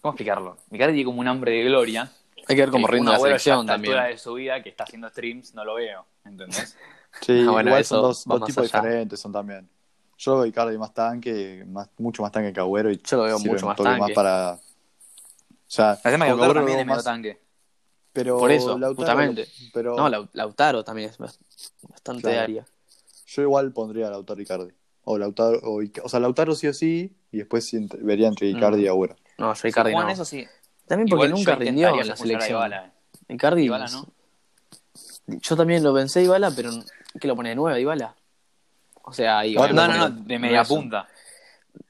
[SPEAKER 1] ¿Cómo explicarlo? Icardi tiene como un hambre de gloria.
[SPEAKER 3] Hay que ver cómo
[SPEAKER 1] que
[SPEAKER 3] rinde
[SPEAKER 1] un
[SPEAKER 3] la
[SPEAKER 1] abuelo ya a
[SPEAKER 3] selección
[SPEAKER 1] esta
[SPEAKER 3] también.
[SPEAKER 1] altura de su vida que está haciendo streams, no lo veo, ¿entendés?
[SPEAKER 2] Sí,
[SPEAKER 3] Ah, bueno,
[SPEAKER 2] igual
[SPEAKER 3] eso
[SPEAKER 2] son dos,
[SPEAKER 3] va
[SPEAKER 2] dos
[SPEAKER 3] más
[SPEAKER 2] tipos
[SPEAKER 3] allá.
[SPEAKER 2] diferentes, son también. Yo veo a Icardi más tanque, más, mucho más tanque que Agüero y
[SPEAKER 3] Yo lo veo
[SPEAKER 2] sirve
[SPEAKER 3] mucho
[SPEAKER 2] un
[SPEAKER 3] más
[SPEAKER 2] toque
[SPEAKER 3] tanque.
[SPEAKER 2] para. O sea,
[SPEAKER 1] Además que
[SPEAKER 2] como
[SPEAKER 1] Lautaro
[SPEAKER 2] Agüero
[SPEAKER 1] también es
[SPEAKER 2] lo veo
[SPEAKER 1] medio
[SPEAKER 2] más-
[SPEAKER 1] tanque.
[SPEAKER 2] Pero
[SPEAKER 3] Por eso,
[SPEAKER 2] Lautaro-
[SPEAKER 3] justamente.
[SPEAKER 2] Pero
[SPEAKER 3] No, Lau- Lautaro también es bas- bastante
[SPEAKER 2] Claro.
[SPEAKER 3] área.
[SPEAKER 2] yo igual pondría a Lautaro Icardi. O Lautaro, o, Ica- o sea, Lautaro sí o sí, y después sí ent- vería entre
[SPEAKER 3] Mm.
[SPEAKER 2] Icardi y Agüero.
[SPEAKER 3] No, yo
[SPEAKER 1] Si
[SPEAKER 3] Icardi
[SPEAKER 1] juegan
[SPEAKER 3] no.
[SPEAKER 1] eso sí.
[SPEAKER 3] También porque
[SPEAKER 1] Igual yo
[SPEAKER 3] nunca
[SPEAKER 1] intentaría
[SPEAKER 3] rindió en la
[SPEAKER 1] expulsar a
[SPEAKER 3] selección.
[SPEAKER 1] Dybala, ¿eh?
[SPEAKER 3] Icardi.
[SPEAKER 1] Dybala, ¿no?
[SPEAKER 3] Yo también lo pensé Ibala, pero ¿qué lo pone de nueve Ibala? O sea, ahí
[SPEAKER 2] Bueno,
[SPEAKER 1] No,
[SPEAKER 2] no,
[SPEAKER 1] no, no, de media punta.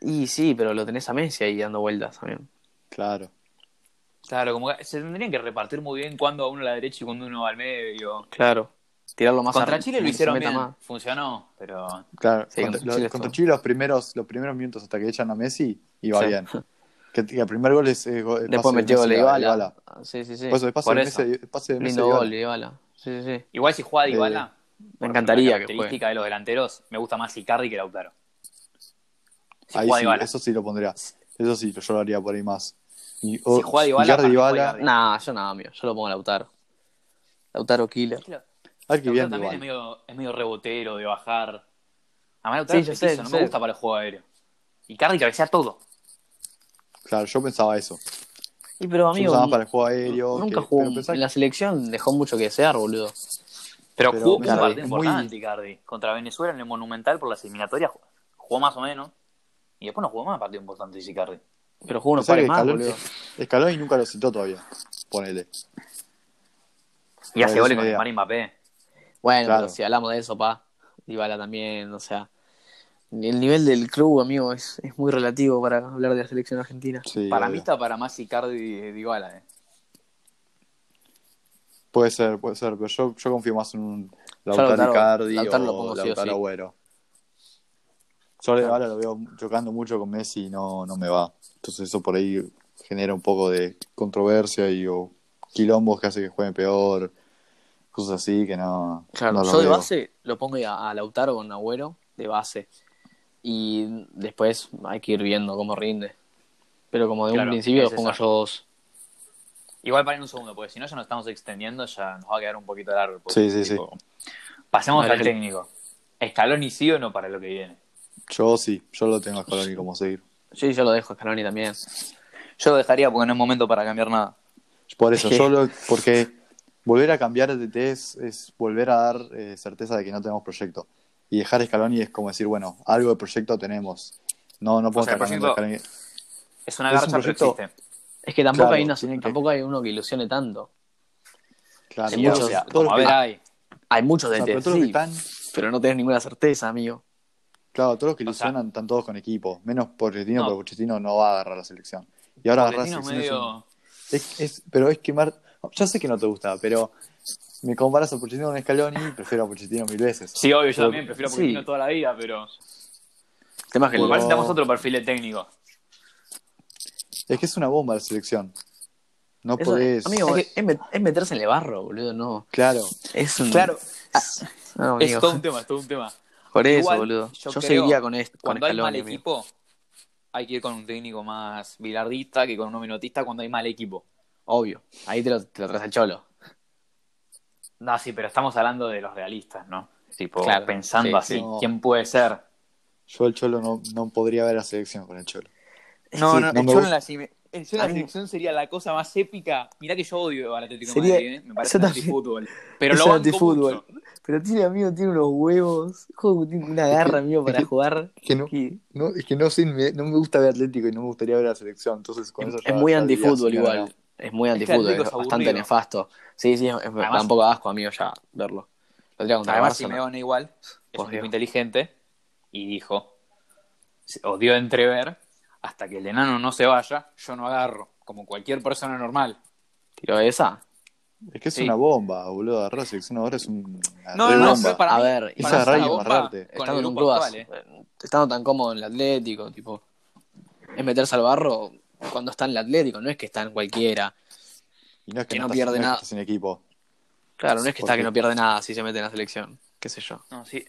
[SPEAKER 3] Y sí, pero lo tenés a Messi ahí dando vueltas también.
[SPEAKER 2] Claro.
[SPEAKER 1] Claro, como que se tendrían que repartir muy bien cuando uno a la derecha y cuando uno al medio.
[SPEAKER 3] Claro. Tirarlo más
[SPEAKER 1] Contra
[SPEAKER 3] arriba,
[SPEAKER 1] Chile lo
[SPEAKER 3] que se
[SPEAKER 1] hicieron
[SPEAKER 3] meta
[SPEAKER 1] bien,
[SPEAKER 3] más.
[SPEAKER 1] funcionó, pero
[SPEAKER 2] Claro, contra,
[SPEAKER 3] Sí, contra
[SPEAKER 2] los-
[SPEAKER 3] Chile es
[SPEAKER 2] contra
[SPEAKER 3] todo.
[SPEAKER 2] Chile los primeros, los primeros minutos hasta que echan a Messi iba
[SPEAKER 3] Sí.
[SPEAKER 2] bien. Que, que el primer gol es. eh, go- el
[SPEAKER 3] Después
[SPEAKER 2] pase de
[SPEAKER 3] metió
[SPEAKER 2] Messi
[SPEAKER 3] el
[SPEAKER 2] a
[SPEAKER 3] Ibala.
[SPEAKER 2] Dybala.
[SPEAKER 3] Sí, sí, sí.
[SPEAKER 2] Por eso, el pase
[SPEAKER 3] Por
[SPEAKER 2] de
[SPEAKER 3] eso.
[SPEAKER 2] Messi, el pase de Messi a
[SPEAKER 3] Lindo gol, eh.
[SPEAKER 2] Dybala.
[SPEAKER 3] Ibala. Sí, sí, sí.
[SPEAKER 1] igual si juega
[SPEAKER 2] Eh,
[SPEAKER 1] Dybala,
[SPEAKER 3] Me
[SPEAKER 1] por
[SPEAKER 3] encantaría
[SPEAKER 1] la
[SPEAKER 3] que
[SPEAKER 1] característica de los delanteros, me gusta más Icardi que Lautaro. Si
[SPEAKER 2] Ahí
[SPEAKER 1] juega
[SPEAKER 2] sí,
[SPEAKER 1] Dybala.
[SPEAKER 2] eso sí lo pondría. Eso sí, yo lo haría por ahí más. Y,
[SPEAKER 1] Si juega Dybala,
[SPEAKER 2] Icardi,
[SPEAKER 1] para mí juega
[SPEAKER 2] Dybala.
[SPEAKER 1] Icardi.
[SPEAKER 3] Nah, yo nada, mío. Yo lo pongo a Lautaro. Lautaro Killer.
[SPEAKER 2] A ver qué bien
[SPEAKER 1] Lautaro también es
[SPEAKER 2] Dybala.
[SPEAKER 1] medio, es medio rebotero de bajar. Además, Lautaro
[SPEAKER 3] Sí, yo
[SPEAKER 1] es
[SPEAKER 3] sé,
[SPEAKER 1] petizo,
[SPEAKER 3] yo
[SPEAKER 1] no
[SPEAKER 3] sé.
[SPEAKER 1] me gusta para el juego aéreo. Icardi cabecea todo.
[SPEAKER 2] Claro, yo pensaba eso.
[SPEAKER 3] Y pero
[SPEAKER 2] yo
[SPEAKER 3] amigo,
[SPEAKER 2] pensaba para el juego aéreo.
[SPEAKER 3] nunca
[SPEAKER 2] que-
[SPEAKER 3] jugó.
[SPEAKER 2] pero pensaba
[SPEAKER 3] En la selección dejó mucho que desear, boludo.
[SPEAKER 1] Pero,
[SPEAKER 2] Pero
[SPEAKER 1] jugó un
[SPEAKER 2] Icardi
[SPEAKER 1] partido
[SPEAKER 2] es muy-
[SPEAKER 1] importante, Icardi. Contra Venezuela en el Monumental por las eliminatorias jugó- jugó más o menos. Y después no jugó más partido importante Icardi.
[SPEAKER 3] Pero jugó unos
[SPEAKER 2] Pensá que
[SPEAKER 3] pares más,
[SPEAKER 2] Scaloni-
[SPEAKER 3] boludo.
[SPEAKER 2] Scaloni nunca lo citó todavía. Ponele.
[SPEAKER 1] Y hace
[SPEAKER 2] Bueno,
[SPEAKER 1] goles
[SPEAKER 2] es una
[SPEAKER 1] con
[SPEAKER 2] idea.
[SPEAKER 1] Neymar y Mbappé.
[SPEAKER 3] Bueno,
[SPEAKER 2] Claro.
[SPEAKER 3] pero si hablamos de eso, pa. Dybala también, o sea. El nivel del club, amigo, es, es muy relativo para hablar de la selección argentina.
[SPEAKER 2] Sí,
[SPEAKER 1] para
[SPEAKER 2] obvio.
[SPEAKER 1] mí está para más Icardi de Dybala. eh.
[SPEAKER 2] Puede ser, puede ser. Pero yo, yo confío más en un
[SPEAKER 3] Yo
[SPEAKER 2] Lautaro
[SPEAKER 3] Lautaro-
[SPEAKER 2] Icardi
[SPEAKER 3] Lautaro lo
[SPEAKER 2] o
[SPEAKER 3] pongo sí o
[SPEAKER 2] Lautaro
[SPEAKER 3] sí. Ah.
[SPEAKER 2] Agüero. Yo a Dybala lo veo chocando mucho con Messi y no, no me va. Entonces eso por ahí genera un poco de controversia y o quilombos que hace que jueguen peor. Cosas así que no.
[SPEAKER 3] Claro,
[SPEAKER 2] no lo
[SPEAKER 3] yo de
[SPEAKER 2] veo.
[SPEAKER 3] base lo pongo a, a Lautaro con Agüero, de base. Y después hay que ir viendo cómo rinde. Pero como de
[SPEAKER 1] Claro,
[SPEAKER 3] un principio
[SPEAKER 1] es
[SPEAKER 3] los pongo
[SPEAKER 1] esa.
[SPEAKER 3] yo dos.
[SPEAKER 1] Igual paren un segundo, porque si no ya nos estamos extendiendo, ya nos va a quedar un poquito largo. porque,
[SPEAKER 2] Sí, sí, sí.
[SPEAKER 1] Pasemos
[SPEAKER 3] Dale,
[SPEAKER 1] al
[SPEAKER 3] dale.
[SPEAKER 1] técnico. Escaloni sí o no para lo que viene.
[SPEAKER 2] Yo sí, yo lo tengo a Scaloni como seguir.
[SPEAKER 3] Sí, yo lo dejo a Scaloni también.
[SPEAKER 1] Yo lo dejaría porque no es momento para cambiar nada.
[SPEAKER 2] Por eso,
[SPEAKER 3] Es que-
[SPEAKER 2] yo lo- porque volver a cambiar de DT es, es volver a dar eh, certeza de que no tenemos proyecto. Y dejar Scaloni es como decir, bueno, algo de proyecto tenemos. No, no podemos
[SPEAKER 1] sea, el
[SPEAKER 2] estar cambiando
[SPEAKER 1] proyecto-
[SPEAKER 2] de Scaloni.
[SPEAKER 1] Es una
[SPEAKER 2] Es un
[SPEAKER 1] garcha, pero
[SPEAKER 2] proyecto-
[SPEAKER 1] existe.
[SPEAKER 3] Es que tampoco,
[SPEAKER 2] Claro,
[SPEAKER 3] hay, una-
[SPEAKER 2] tienen que-
[SPEAKER 3] tampoco hay uno que ilusione tanto.
[SPEAKER 2] Claro,
[SPEAKER 3] Sí,
[SPEAKER 2] todos
[SPEAKER 3] o
[SPEAKER 2] los-
[SPEAKER 3] sea,
[SPEAKER 1] Como
[SPEAKER 2] todos los
[SPEAKER 1] a
[SPEAKER 2] que-
[SPEAKER 1] ver, hay.
[SPEAKER 3] Hay muchos
[SPEAKER 2] o sea,
[SPEAKER 3] DT,
[SPEAKER 2] pero todos los que
[SPEAKER 3] sí,
[SPEAKER 2] están,
[SPEAKER 3] pero no tenés ninguna certeza, amigo.
[SPEAKER 2] claro, todos los que
[SPEAKER 1] O sea-
[SPEAKER 2] ilusionan están todos con equipo. Menos Pochettino,
[SPEAKER 1] No.
[SPEAKER 2] porque Pochettino no va a agarrar la selección. Y ahora agarrar
[SPEAKER 1] Pochettino es
[SPEAKER 2] selección es un-
[SPEAKER 1] medio...
[SPEAKER 2] Es, es- pero es quemar. Yo sé que no te gusta, pero me comparas a Pochettino con Scaloni, prefiero a Pochettino mil veces.
[SPEAKER 1] Sí, obvio, yo
[SPEAKER 2] Pero-
[SPEAKER 1] también prefiero porque no
[SPEAKER 3] sí.
[SPEAKER 1] toda la vida, pero...
[SPEAKER 3] El tema es que
[SPEAKER 1] Porque parece que
[SPEAKER 3] lo-
[SPEAKER 1] necesitamos otro perfil de técnico.
[SPEAKER 2] Es que es una bomba la selección. No
[SPEAKER 3] eso-
[SPEAKER 2] podés.
[SPEAKER 3] Amigo, es, que es met- es meterse en el barro, boludo, no.
[SPEAKER 2] Mm. Claro,
[SPEAKER 3] Es un...
[SPEAKER 1] Claro,
[SPEAKER 3] No,
[SPEAKER 1] es
[SPEAKER 3] amigo.
[SPEAKER 1] todo un tema, es todo un tema.
[SPEAKER 3] Por eso,
[SPEAKER 1] Igual,
[SPEAKER 3] boludo. Yo,
[SPEAKER 1] yo creo-
[SPEAKER 3] seguiría con, este, con
[SPEAKER 1] Cuando hay mal
[SPEAKER 3] Scaloni, amigo.
[SPEAKER 1] equipo, hay que ir con un técnico más bilardista que con un minutista cuando hay mal equipo.
[SPEAKER 3] Obvio. Ahí te lo, te lo traes al cholo.
[SPEAKER 1] No, sí, pero estamos hablando de los realistas, ¿no? Tipo,
[SPEAKER 3] Claro,
[SPEAKER 1] pensando
[SPEAKER 3] sí,
[SPEAKER 1] así,
[SPEAKER 2] sí. No.
[SPEAKER 1] ¿quién puede ser?
[SPEAKER 2] yo el Cholo no, no podría ver la selección con el Cholo.
[SPEAKER 1] No,
[SPEAKER 2] Sí,
[SPEAKER 1] no,
[SPEAKER 2] no
[SPEAKER 1] el
[SPEAKER 2] me
[SPEAKER 1] Cholo
[SPEAKER 2] gusta.
[SPEAKER 1] en la, sime- el Cholo en
[SPEAKER 3] A
[SPEAKER 1] la
[SPEAKER 3] mí-
[SPEAKER 1] selección sería la cosa más épica. Mirá que yo odio al Atlético
[SPEAKER 3] Sería-
[SPEAKER 1] de Madrid, ¿eh? me parece
[SPEAKER 3] yo
[SPEAKER 1] un
[SPEAKER 3] también-
[SPEAKER 1] antifútbol. Pero
[SPEAKER 3] es
[SPEAKER 1] lo
[SPEAKER 3] un
[SPEAKER 1] banco
[SPEAKER 3] antifútbol.
[SPEAKER 1] mucho.
[SPEAKER 3] Pero tiene, amigo, tiene unos huevos. Juego que tiene una garra, amigo, para jugar.
[SPEAKER 2] Es que no,
[SPEAKER 3] Y-
[SPEAKER 2] no- es que no, sé, me, no me gusta ver Atlético y no me gustaría ver la selección. Entonces, con
[SPEAKER 3] Es,
[SPEAKER 2] eso
[SPEAKER 3] es
[SPEAKER 2] ya-
[SPEAKER 3] muy
[SPEAKER 2] ya
[SPEAKER 3] antifútbol
[SPEAKER 2] dirías,
[SPEAKER 3] igual.
[SPEAKER 2] mira, no.
[SPEAKER 3] Es muy
[SPEAKER 1] Es que
[SPEAKER 3] antifútbol.
[SPEAKER 1] Atlético
[SPEAKER 3] Es,
[SPEAKER 1] es
[SPEAKER 3] bastante
[SPEAKER 1] aburrido.
[SPEAKER 3] nefasto. Sí, sí, es, es-
[SPEAKER 1] Además-
[SPEAKER 3] da un poco de asco, amigo, ya verlo. Lo tira contra
[SPEAKER 1] Además,
[SPEAKER 3] Barça, ¿no?
[SPEAKER 1] Simeone igual es
[SPEAKER 3] Por
[SPEAKER 1] un
[SPEAKER 3] Dios.
[SPEAKER 1] tipo inteligente y dijo, o dio a entrever, hasta que el enano no se vaya, yo no agarro, como cualquier persona normal.
[SPEAKER 3] Tiró esa.
[SPEAKER 2] Es que es
[SPEAKER 1] Sí.
[SPEAKER 2] una bomba, boludo. Agarrar la selección ahora es un. una
[SPEAKER 1] No,
[SPEAKER 2] re
[SPEAKER 1] no, no,
[SPEAKER 2] bomba.
[SPEAKER 1] fue para
[SPEAKER 3] A
[SPEAKER 1] mí.
[SPEAKER 3] ver,
[SPEAKER 2] Es
[SPEAKER 1] para
[SPEAKER 2] agarrar
[SPEAKER 1] mí
[SPEAKER 2] y
[SPEAKER 1] la bomba-
[SPEAKER 2] amarrarte.
[SPEAKER 1] con
[SPEAKER 3] estando
[SPEAKER 1] el
[SPEAKER 3] en un
[SPEAKER 1] grupo
[SPEAKER 3] club
[SPEAKER 1] actual,
[SPEAKER 3] así,
[SPEAKER 1] ¿eh?
[SPEAKER 3] eh, estando tan cómodo en el Atlético, tipo, es meterse al barro cuando está en el Atlético, no es que está en cualquiera.
[SPEAKER 2] Y no es que,
[SPEAKER 3] que
[SPEAKER 2] no,
[SPEAKER 3] no
[SPEAKER 2] estás-
[SPEAKER 3] pierde
[SPEAKER 2] no es que
[SPEAKER 3] nada.
[SPEAKER 2] estás sin equipo.
[SPEAKER 3] Claro, no es que
[SPEAKER 2] ¿Por
[SPEAKER 3] está
[SPEAKER 2] qué?
[SPEAKER 3] que no pierde nada si se mete en la selección, qué sé yo.
[SPEAKER 1] No, sí,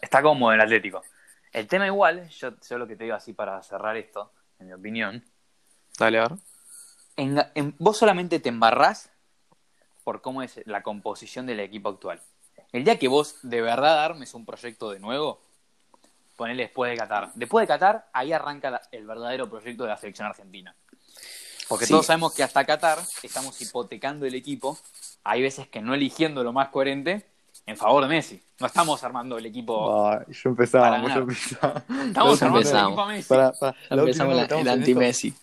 [SPEAKER 1] está cómodo el Atlético. El tema igual, yo, yo lo que te digo así para cerrar esto, en mi opinión,
[SPEAKER 3] Dale, a ver.
[SPEAKER 1] en- en- vos solamente te embarrás por cómo es la composición del equipo actual. El día que vos de verdad armes un proyecto de nuevo, ponele después de Qatar. Después de Qatar, ahí arranca la- el verdadero proyecto de la selección argentina. Porque
[SPEAKER 3] Sí.
[SPEAKER 1] todos sabemos que hasta Qatar estamos hipotecando el equipo. Hay veces que no eligiendo lo más coherente en favor de Messi. No estamos armando el equipo.
[SPEAKER 2] Ay, yo empezaba,
[SPEAKER 1] Para
[SPEAKER 2] yo
[SPEAKER 1] nada.
[SPEAKER 2] empezaba.
[SPEAKER 1] Estamos
[SPEAKER 2] Lauti,
[SPEAKER 1] armando el
[SPEAKER 3] empezamos.
[SPEAKER 1] equipo a Messi.
[SPEAKER 2] Para, para.
[SPEAKER 3] Ya
[SPEAKER 2] Lauti,
[SPEAKER 3] empezamos
[SPEAKER 2] no
[SPEAKER 3] la-
[SPEAKER 2] nos metamos
[SPEAKER 3] el
[SPEAKER 2] en esto.
[SPEAKER 3] anti-Messi.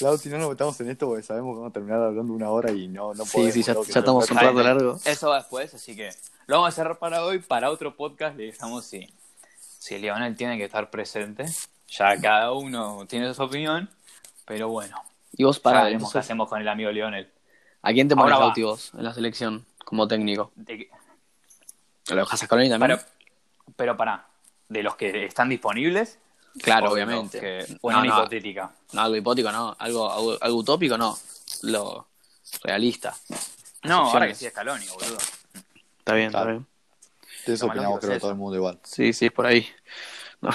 [SPEAKER 2] Lau, si no nos metamos en esto porque sabemos que vamos a terminar hablando una hora y no, no
[SPEAKER 3] Sí,
[SPEAKER 2] podemos.
[SPEAKER 3] sí, ya,
[SPEAKER 2] Lau, que
[SPEAKER 3] ya
[SPEAKER 2] no-
[SPEAKER 3] estamos un
[SPEAKER 1] Jaime.
[SPEAKER 3] rato largo.
[SPEAKER 1] Eso va después, así que lo vamos a cerrar para hoy. Para otro podcast le dejamos si, si Leonel tiene que estar presente. Ya cada uno tiene su opinión, pero bueno,
[SPEAKER 3] Y vos
[SPEAKER 1] para
[SPEAKER 3] pará,
[SPEAKER 1] veremos qué
[SPEAKER 3] entonces,
[SPEAKER 1] hacemos con el amigo Leonel.
[SPEAKER 3] ¿a quién te
[SPEAKER 1] Ahora
[SPEAKER 3] pones
[SPEAKER 1] va.
[SPEAKER 3] Lauti vos en la selección como técnico?
[SPEAKER 1] De que-
[SPEAKER 3] ¿Lo dejas a Scaloni también?
[SPEAKER 1] Para- pero para, de los que están disponibles,
[SPEAKER 3] claro,
[SPEAKER 1] o de los
[SPEAKER 3] obviamente.
[SPEAKER 1] que- o en una
[SPEAKER 3] no, no,
[SPEAKER 1] hipotética.
[SPEAKER 3] no, algo hipótico no, algo, algo, algo utópico no, lo realista.
[SPEAKER 1] No, ahora que
[SPEAKER 3] opciones.
[SPEAKER 1] sí es Scaloni, boludo.
[SPEAKER 3] Está bien,
[SPEAKER 2] está Claro.
[SPEAKER 3] bien.
[SPEAKER 2] De eso
[SPEAKER 1] Lo más
[SPEAKER 2] opinamos
[SPEAKER 1] lógico
[SPEAKER 2] creo
[SPEAKER 1] es
[SPEAKER 2] todo el mundo igual.
[SPEAKER 3] Sí, sí, es por ahí. No,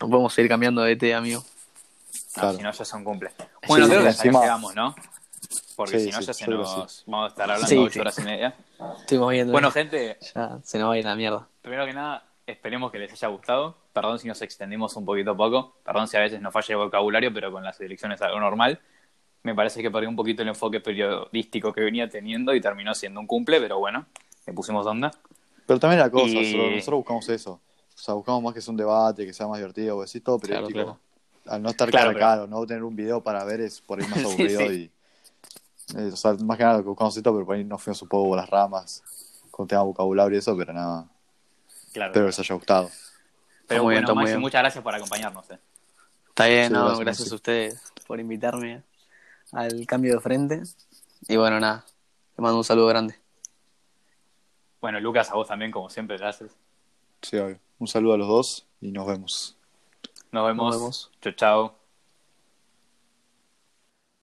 [SPEAKER 3] no podemos seguir cambiando de ET, amigo.
[SPEAKER 1] No,
[SPEAKER 2] Claro.
[SPEAKER 1] Si no, ya son cumple. Bueno,
[SPEAKER 2] Sí,
[SPEAKER 1] creo que
[SPEAKER 2] encima-
[SPEAKER 1] hasta ahí llegamos, ¿no? Porque
[SPEAKER 2] Sí,
[SPEAKER 1] si no,
[SPEAKER 2] sí,
[SPEAKER 1] ya se
[SPEAKER 2] yo creo que
[SPEAKER 1] nos... Vamos a estar hablando
[SPEAKER 3] Sí,
[SPEAKER 1] ocho
[SPEAKER 3] sí.
[SPEAKER 1] horas y media.
[SPEAKER 3] Estuvimos viendo.
[SPEAKER 1] Bueno, gente,
[SPEAKER 3] ya se nos va a ir la mierda.
[SPEAKER 1] primero que nada, esperemos que les haya gustado. Perdón si nos extendimos un poquito poco. Perdón si a veces nos falla el vocabulario, pero con las elecciones algo normal. Me parece que perdí un poquito el enfoque periodístico que venía teniendo y terminó siendo un cumple, pero bueno, le pusimos onda.
[SPEAKER 2] Pero también la cosa,
[SPEAKER 1] Y-
[SPEAKER 2] nosotros, nosotros buscamos eso. O sea, buscamos más que sea un debate, que sea más divertido, porque sí, todo periodístico.
[SPEAKER 3] claro.
[SPEAKER 2] Al no estar
[SPEAKER 1] Claro,
[SPEAKER 2] cara a
[SPEAKER 1] pero-
[SPEAKER 2] cara, o no tener un video para ver, es por ahí más
[SPEAKER 1] Sí,
[SPEAKER 2] aburrido y. eh, o sea, más que nada lo que buscamos esto, pero por ahí nos fuimos un poco por las ramas con tema vocabulario y eso, pero nada.
[SPEAKER 1] Claro.
[SPEAKER 2] Espero que les haya gustado.
[SPEAKER 1] Pero
[SPEAKER 3] Muy bien,
[SPEAKER 1] bueno,
[SPEAKER 3] está muy
[SPEAKER 1] Maxi,
[SPEAKER 3] bien.
[SPEAKER 1] muchas gracias por acompañarnos. eh.
[SPEAKER 3] Está bien,
[SPEAKER 2] Sí,
[SPEAKER 3] no,
[SPEAKER 2] gracias,
[SPEAKER 3] gracias,
[SPEAKER 2] Maxi.
[SPEAKER 3] a ustedes por invitarme al cambio de frente. Y bueno, nada, te mando un saludo grande.
[SPEAKER 1] Bueno, Lucas, a vos también, como siempre, gracias.
[SPEAKER 2] Sí, obvio. Un saludo a los dos y nos vemos.
[SPEAKER 1] Nos vemos.
[SPEAKER 3] vemos.
[SPEAKER 1] Chau, chau.